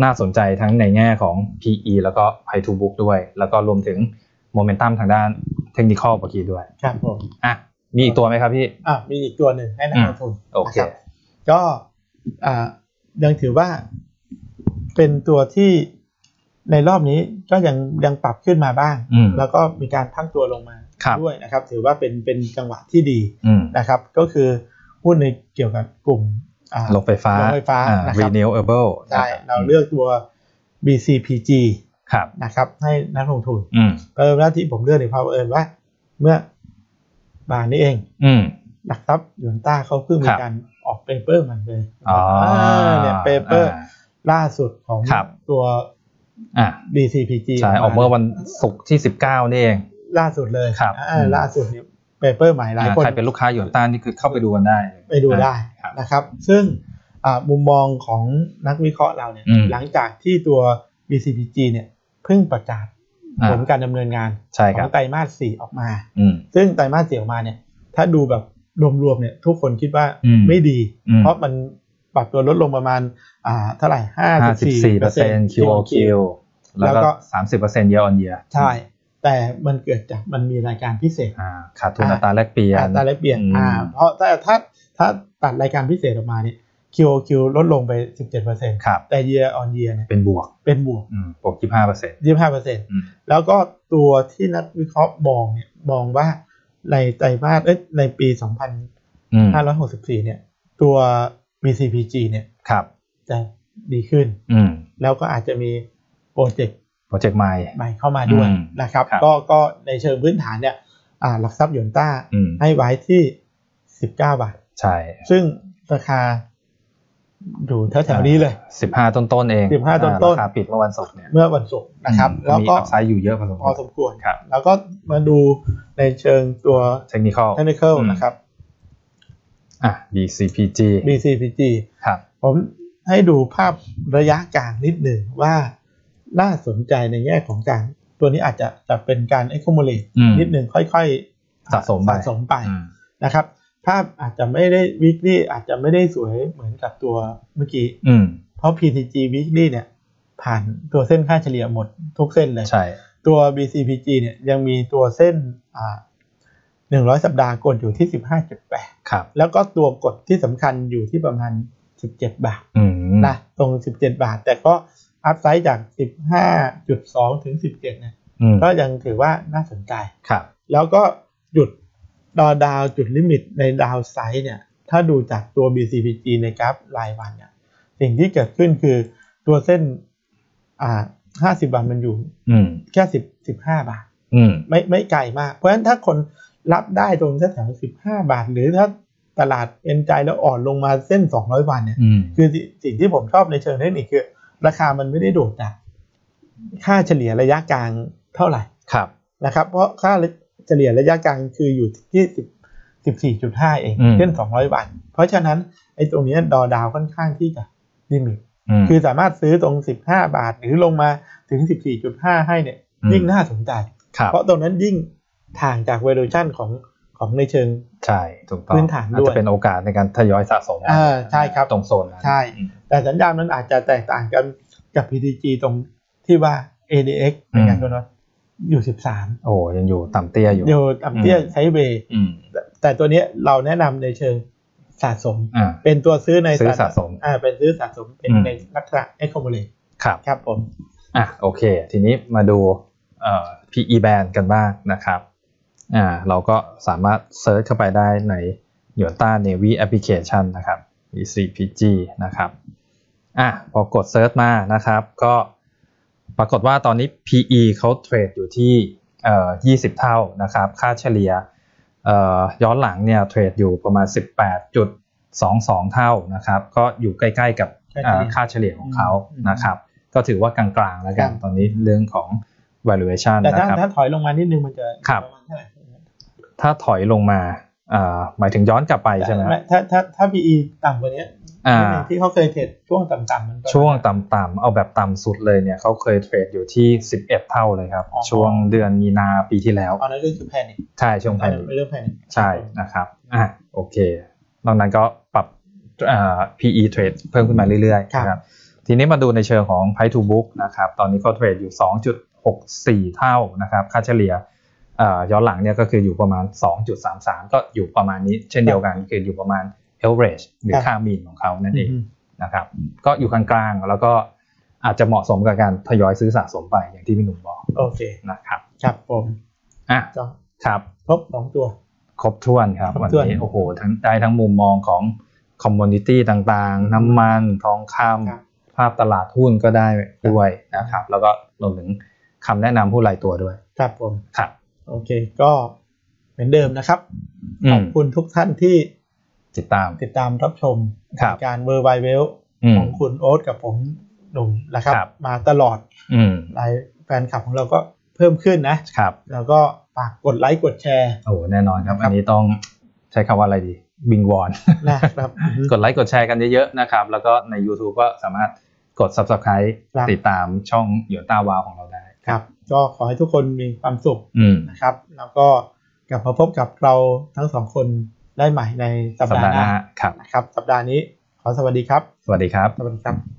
B: น่าสนใจทั้งในแง่ของ PE แล้วก็ Price to Book ด้วย แล้วก็รวมถึงโมเมนตัมทางด้านเทคนิคอลเมื่อกี้ด้วย
A: ครับผม
B: อ่ะมีอีกตัวไหมครับพี่
A: อ่ะมีอีกตัวหนึ่งให้นักลงทุน
B: โอเค
A: นะครับก็อ่ายังถือว่าเป็นตัวที่ในรอบนี้ก็ยังยังปรับขึ้นมาบ้าง
B: อืม
A: แล้วก็มีการพักตัวลงมา
B: ครับ
A: ด้วยนะครับ ถือว่าเป็นเป็นจังหวะที่ดี
B: อืม
A: นะครับ ก็คือหุ้นในเกี่ยวกับกลุ่มอ่า
B: โรงไฟฟ้า
A: โรงไฟฟ้า
B: อ่
A: นะครับ
B: renewable
A: ใช่
B: นะครับ
A: เราเลือกตัว BCPG
B: ครับ
A: นะครับ ให้นักลงทุน
B: อืม
A: เออหน้าที่ผมเลือกในยเพราะเอิญว่า เมื่อบ่ายนี้เอง
B: อืม
A: หลักทรัพย์ยนต้าเขาเพิ่งมี
B: ครับ
A: การออกเปเปอร์ใหม่เลย
B: อ๋ออ่
A: าเนี่ยเปเปอร์
B: า
A: ล่าสุดของ
B: ครับ
A: ตัว
B: อ่ะ
A: BCPG
B: ใช่ ออกเมื่อวันศุกร์ที่สิบเก้านี่เอง
A: ล่าสุดเลย
B: ครับ
A: อ่า
B: อืม
A: ล่าสุดเนี่ยเปเปอร์ใหม่หลาย
B: อ่า
A: คน
B: ใครเป็นลูกค้าหยวนต้านนี่คือเข้าไปดูกันได้
A: ไปดูได้
B: ครับ
A: นะครับ ซึ่งอ่ามุมมองของนักวิเคราะห์เราเนี่ย
B: อืม
A: หลังจากที่ตัว BCPG เนี่ยเพิ่งประกาศ
B: อ่า
A: ผลการดำเนินงาน
B: ใช่
A: ข
B: ค
A: อ
B: รั
A: ง
B: บ
A: ไตรมาสสี่ออกมา
B: อืม
A: ซึ่งไตรมาสสี่ออกมาเนี่ยถ้าดูแบบรวมๆเนี่ยทุกคนคิดว่า
B: อืม
A: ไม่ดี
B: อืม
A: เพราะมันปรับตัวลดลงประมาณอ่าเท่าไหร่ห้า
B: ห้าสิ
A: สิ
B: บบ สี่
A: สี่
B: เป
A: เป
B: อ
A: อ
B: ร์
A: ร์
B: เซ็
A: เซ็
B: น
A: น
B: ต์
A: ต์
B: QOQ แล้ว
A: แล้วก็
B: ก็สามสิบเปอร์เซ็นต์ year on year
A: ใช่ แต่มันเกิดจากมันมีรายการพิเศษ
B: อ่าขาดทุนอัตราแลกเปลี่ยน
A: อัตราแลกเปลี่ยน
B: อืม
A: อ่าเพราะถ้าถ้าถ้าตัดรายการพิเศษออกมาเนี่ย QOQ ลดลงไป 17%
B: ครับ
A: แต่ year on year เนี่ย
B: เป็นบวก
A: เป็นบวก
B: อืมบวกยี่ห้าเปอร์เซ็นต์ อืม
A: 25%แล้วก็ตัวที่นักวิเคราะห์มองเนี่ยมองว่าในไตรมาสเอ้ยในปี
B: อืม
A: 2564 เนี่ย ตัว BCPG เนี่ย
B: ครับ
A: จะดีขึ้น
B: อืม
A: แล้วก็อาจจะมีโปรเจกต์
B: โปรเจกต์ใหม่
A: ใหม่เข้ามาด้วย
B: อืม
A: นะครับ
B: ครับ
A: ก็ก็ในเชิงพื้นฐานเนี่ยอ่าหลักทรัพย์หยวนต้า
B: อืม
A: ให้ไว้ที่ 19 บาท
B: ใช่
A: ซึ่งราคาอยู่แถวๆนี้เลย
B: สิบห้าต้นต้นๆเอง
A: 15ต้นๆ
B: อ่าราคาปิดเมื่อวันศุกร์เนี่ย
A: เมื่อวันศุกร์นะครับ
B: อืม
A: แล้ว
B: มี
A: ก็
B: อัพไซด์อยู่เยอะพอสม
A: พ
B: คว
A: อ
B: ร
A: สมควร
B: ครับ
A: แล้วก็มาดูในเชิงตัว
B: เทคนิคอล
A: เทคนิคอล
B: อืม
A: นะครับ
B: อ่ะ BCPG
A: BCPG
B: ครับ
A: ผมให้ดูภาพระยะกลางนิดหนึ่งว่าน่าสนใจในแง่ของการ ตัวนี้อาจจะจะเป็นการ accumulate
B: อืม
A: นิดหนึ่งค่อยๆ
B: สะสมไป
A: สะสมไป
B: อืม
A: นะครับ ภาพอาจจะไม่ได้ weekly อาจจะไม่ได้สวยเหมือนกับตัวเมื่อกี้
B: อืม
A: เพราะ PTG Weekly เนี่ยผ่านตัวเส้นค่าเฉลี่ยหมดทุกเส้นเลย
B: ใช่
A: ตัว BCPG เนี่ยยังมีตัวเส้นอ่า100 สัปดาห์กดอยู่ที่ 15.8
B: ครับ
A: แล้วก็ตัวกดที่สำคัญอยู่ที่ประมาณ 17 บาท
B: อืม
A: นะตรง 17 บาท แต่ก็อัพไซด์จาก 15.2 ถึง 17เนี่ย
B: อืม
A: ก็ยังถือว่าน่าสนใจ
B: ครับ
A: แล้วก็จุดดอดาวจุดลิมิตในดาวไซด์เนี่ย ถ้าดูจากตัว BCPG ในกราฟรายวันเนี่ย สิ่งที่เกิดขึ้นคือตัวเส้นอ่า50 วันมันอยู่
B: อืม
A: แค่ 10 15 บาท
B: อืม
A: ไม่ไม่ไกลมาก เพราะฉะนั้นถ้าคนรับได้ตรงแถวๆ15 บาท หรือถ้าตลาดเป็นใจแล้วอ่อนลงมาเส้น 200 วันเนี่ย
B: อืม
A: คือสิสิ่งที่ผมชอบในเชิงเทคนิคคือ ราคามันไม่ได้โดดจากค่าเฉลี่ยระยะกลางเท่าไหร่
B: ครับ
A: นะครับเพราะค่าเฉลี่ยระยะกลางคืออยู่ที่10 14.5 เอง
B: อืม
A: เช่น200 วัน เพราะฉะนั้นไอ้ตรงเนี้ยดอดาวค่อนข้างที่จะลิมิต
B: อืม
A: คือสามารถซื้อตรง 15 บาทหรือลงมาถึง 14.5 ให้เนี่ย
B: อืม
A: ยิ่งน่าสนใจ
B: ครับ
A: เพราะตรงนั้นยิ่งทางจาก valuation ของของในเชิง
B: ใช่ถูกต้อง
A: พื้นฐานด้วย
B: อจจะเป็นโอกาสในการทยอยสะสม
A: อ่าใช่ครับ
B: ตรงโซนนั้น
A: ใช่
B: อืม
A: แต่สัญญาณมันอาจจะแตกต่างกันกับ PTG ตรงที่ว่า ADX เป็นการ
B: อืม
A: ตัวนั้นอยู่ 13
B: โอ้ยังอยู่ต่ำเตี้ยอยู่
A: อยู่ต่ำเตี้ย
B: อืม
A: ไซด์เวย์
B: อืม
A: แต่แต่ตัวเนี้ยเราแนะนำในเชิงสะสม
B: อ่า
A: เป็นตัวซื้อใน
B: ซื้อสะสม
A: อ่าเป็นซื้อสะสมเป็น
B: อืม
A: ในลักษณะ accumulate
B: ครับ
A: ครับผม
B: อ่ะโอเค ทีนี้มาดูเอ่อ PE band กันบ้างนะครับอ่าเราก็สามารถเซิร์ชเข้าไปได้ใน y o t a Navy Application นะครับ ECPG นะครับอ่ะพอกดเซิร์ชมานะครับ ก็ปรากฏว่าตอนนี้ PE เขาเทรดอยู่ที่เอ่อ20 เท่านะครับ ค่าเฉลี่ยเอ่อย้อนหลังเนี่ยเทรดอยู่ประมาณ 18.22 เท่านะครับ ก็อยู่ใกล้ๆกับอ่าค่าเฉลี่ยของเขานะครับ ก็ถือว่ากลางๆแล้วกันตอนนี้เรื่องของ valuation
A: แต่ถ้า
B: นะครับ
A: ถ้าถอยลงมานิดนึงมันจะ
B: ครับ
A: ประมาณเท่าไหร่
B: ถ้าถอยลงมาอ่าหมายถึงย้อนกลับไปใช่ไหมครับ
A: ถ้าถ้าถ้า PE ต่ำกว่าเนี้ย
B: อ่า
A: นิดนึงที่เขาเคยเทรดช่วงต่ำๆมันก็
B: ช่วงต่ำๆเอาแบบต่ำสุดเลยเนี่ยเขาเคยเทรดอยู่ที่ 11 เท่าเลยครับ
A: อ๋อ
B: ช่วงเดือนมีนาปีที่แล้ว
A: ตอนนั้นก็คือแพนิค
B: ใช่ช่วงแพนิ
A: เป็นเรื่องแพนิค
B: ใช่นะครับอ่ะโอเคนอกนั้นก็ปรับอ่า PE trade เพิ่มขึ้นมาเรื่อยๆนะครับทีนี้มาดูในเชิงของ price to book นะครับตอนนี้เขาเทรดอยู่ 2.64 เท่านะครับค่าเฉลี่ยเอ่อย้อนหลังเนี่ยก็คืออยู่ประมาณ 2.33 ก็อยู่ประมาณนี้เช่นเดียวกันคืออยู่ประมาณ average หรือค่ามีนของเขานั่นเอง
A: อืม
B: นะครับก็อยู่กลางๆ แล้วก็อาจจะเหมาะสมกับการทยอยซื้อสะสมไปอย่างที่พี่หนุ่มบอก
A: โอเค
B: นะครับ
A: ครับผม
B: อ่ะ
A: ก็
B: ครับ
A: ครบสองตัว
B: ครบถ้วนครับ
A: ครบ
B: วัน
A: ถ้วน
B: นี้โอ้โหทั้งได้ทั้งมุมมองของคอมมูนิตี้ต่างๆ น้ำมันทองค
A: ครับ
B: ำภาพตลาดหุ้นก็ได้ด้วยนะครับ แล้วก็รวมถึงคำแนะนำผู้รายตัวด้วย
A: ครับผม
B: ครับ
A: โอเค ก็เหมือนเดิมนะครับ
B: อื
A: ขอ
B: ม
A: บคุณทุกท่านที่
B: ติดตาม
A: ติดตามรับชม
B: ครับ
A: การเวอร์ไวเวล
B: อืม
A: ของคุณโอ๊ตกับผมหนุ่มนะครับ
B: ครับ
A: มาตลอด
B: อืม
A: รายแฟนคลับของเราก็เพิ่มขึ้นนะ
B: ครับ
A: แล้วก็ฝากกดไลค์กดแชร์
B: โอ้โหแน่นอนครับ อันนี้ต้องใช้คำว่าอะไรดีบิงวอน
A: นะครับ
B: *laughs* กดไลค์กดแชร์กันเยอะๆนะครับ แล้วก็ใน YouTube ก็สามารถกด Subscribe
A: ครับ
B: ติดตามช่องหยวนต้าวาวของเราได้
A: ครับ ก็ขอให้ทุกคนมีความสุข
B: อืม
A: นะครับ แล้วก็กลับมาพบกับเราทั้งสองคนได้ใหม่ในสัป
B: สัป
A: ดา
B: ดา
A: ห์ห
B: ห์ห
A: น้า
B: น้าครับ
A: นะครับ สัปดาห์นี้ขอสวัสดีครับ
B: สวัสดีครับ
A: สวัสดีครับ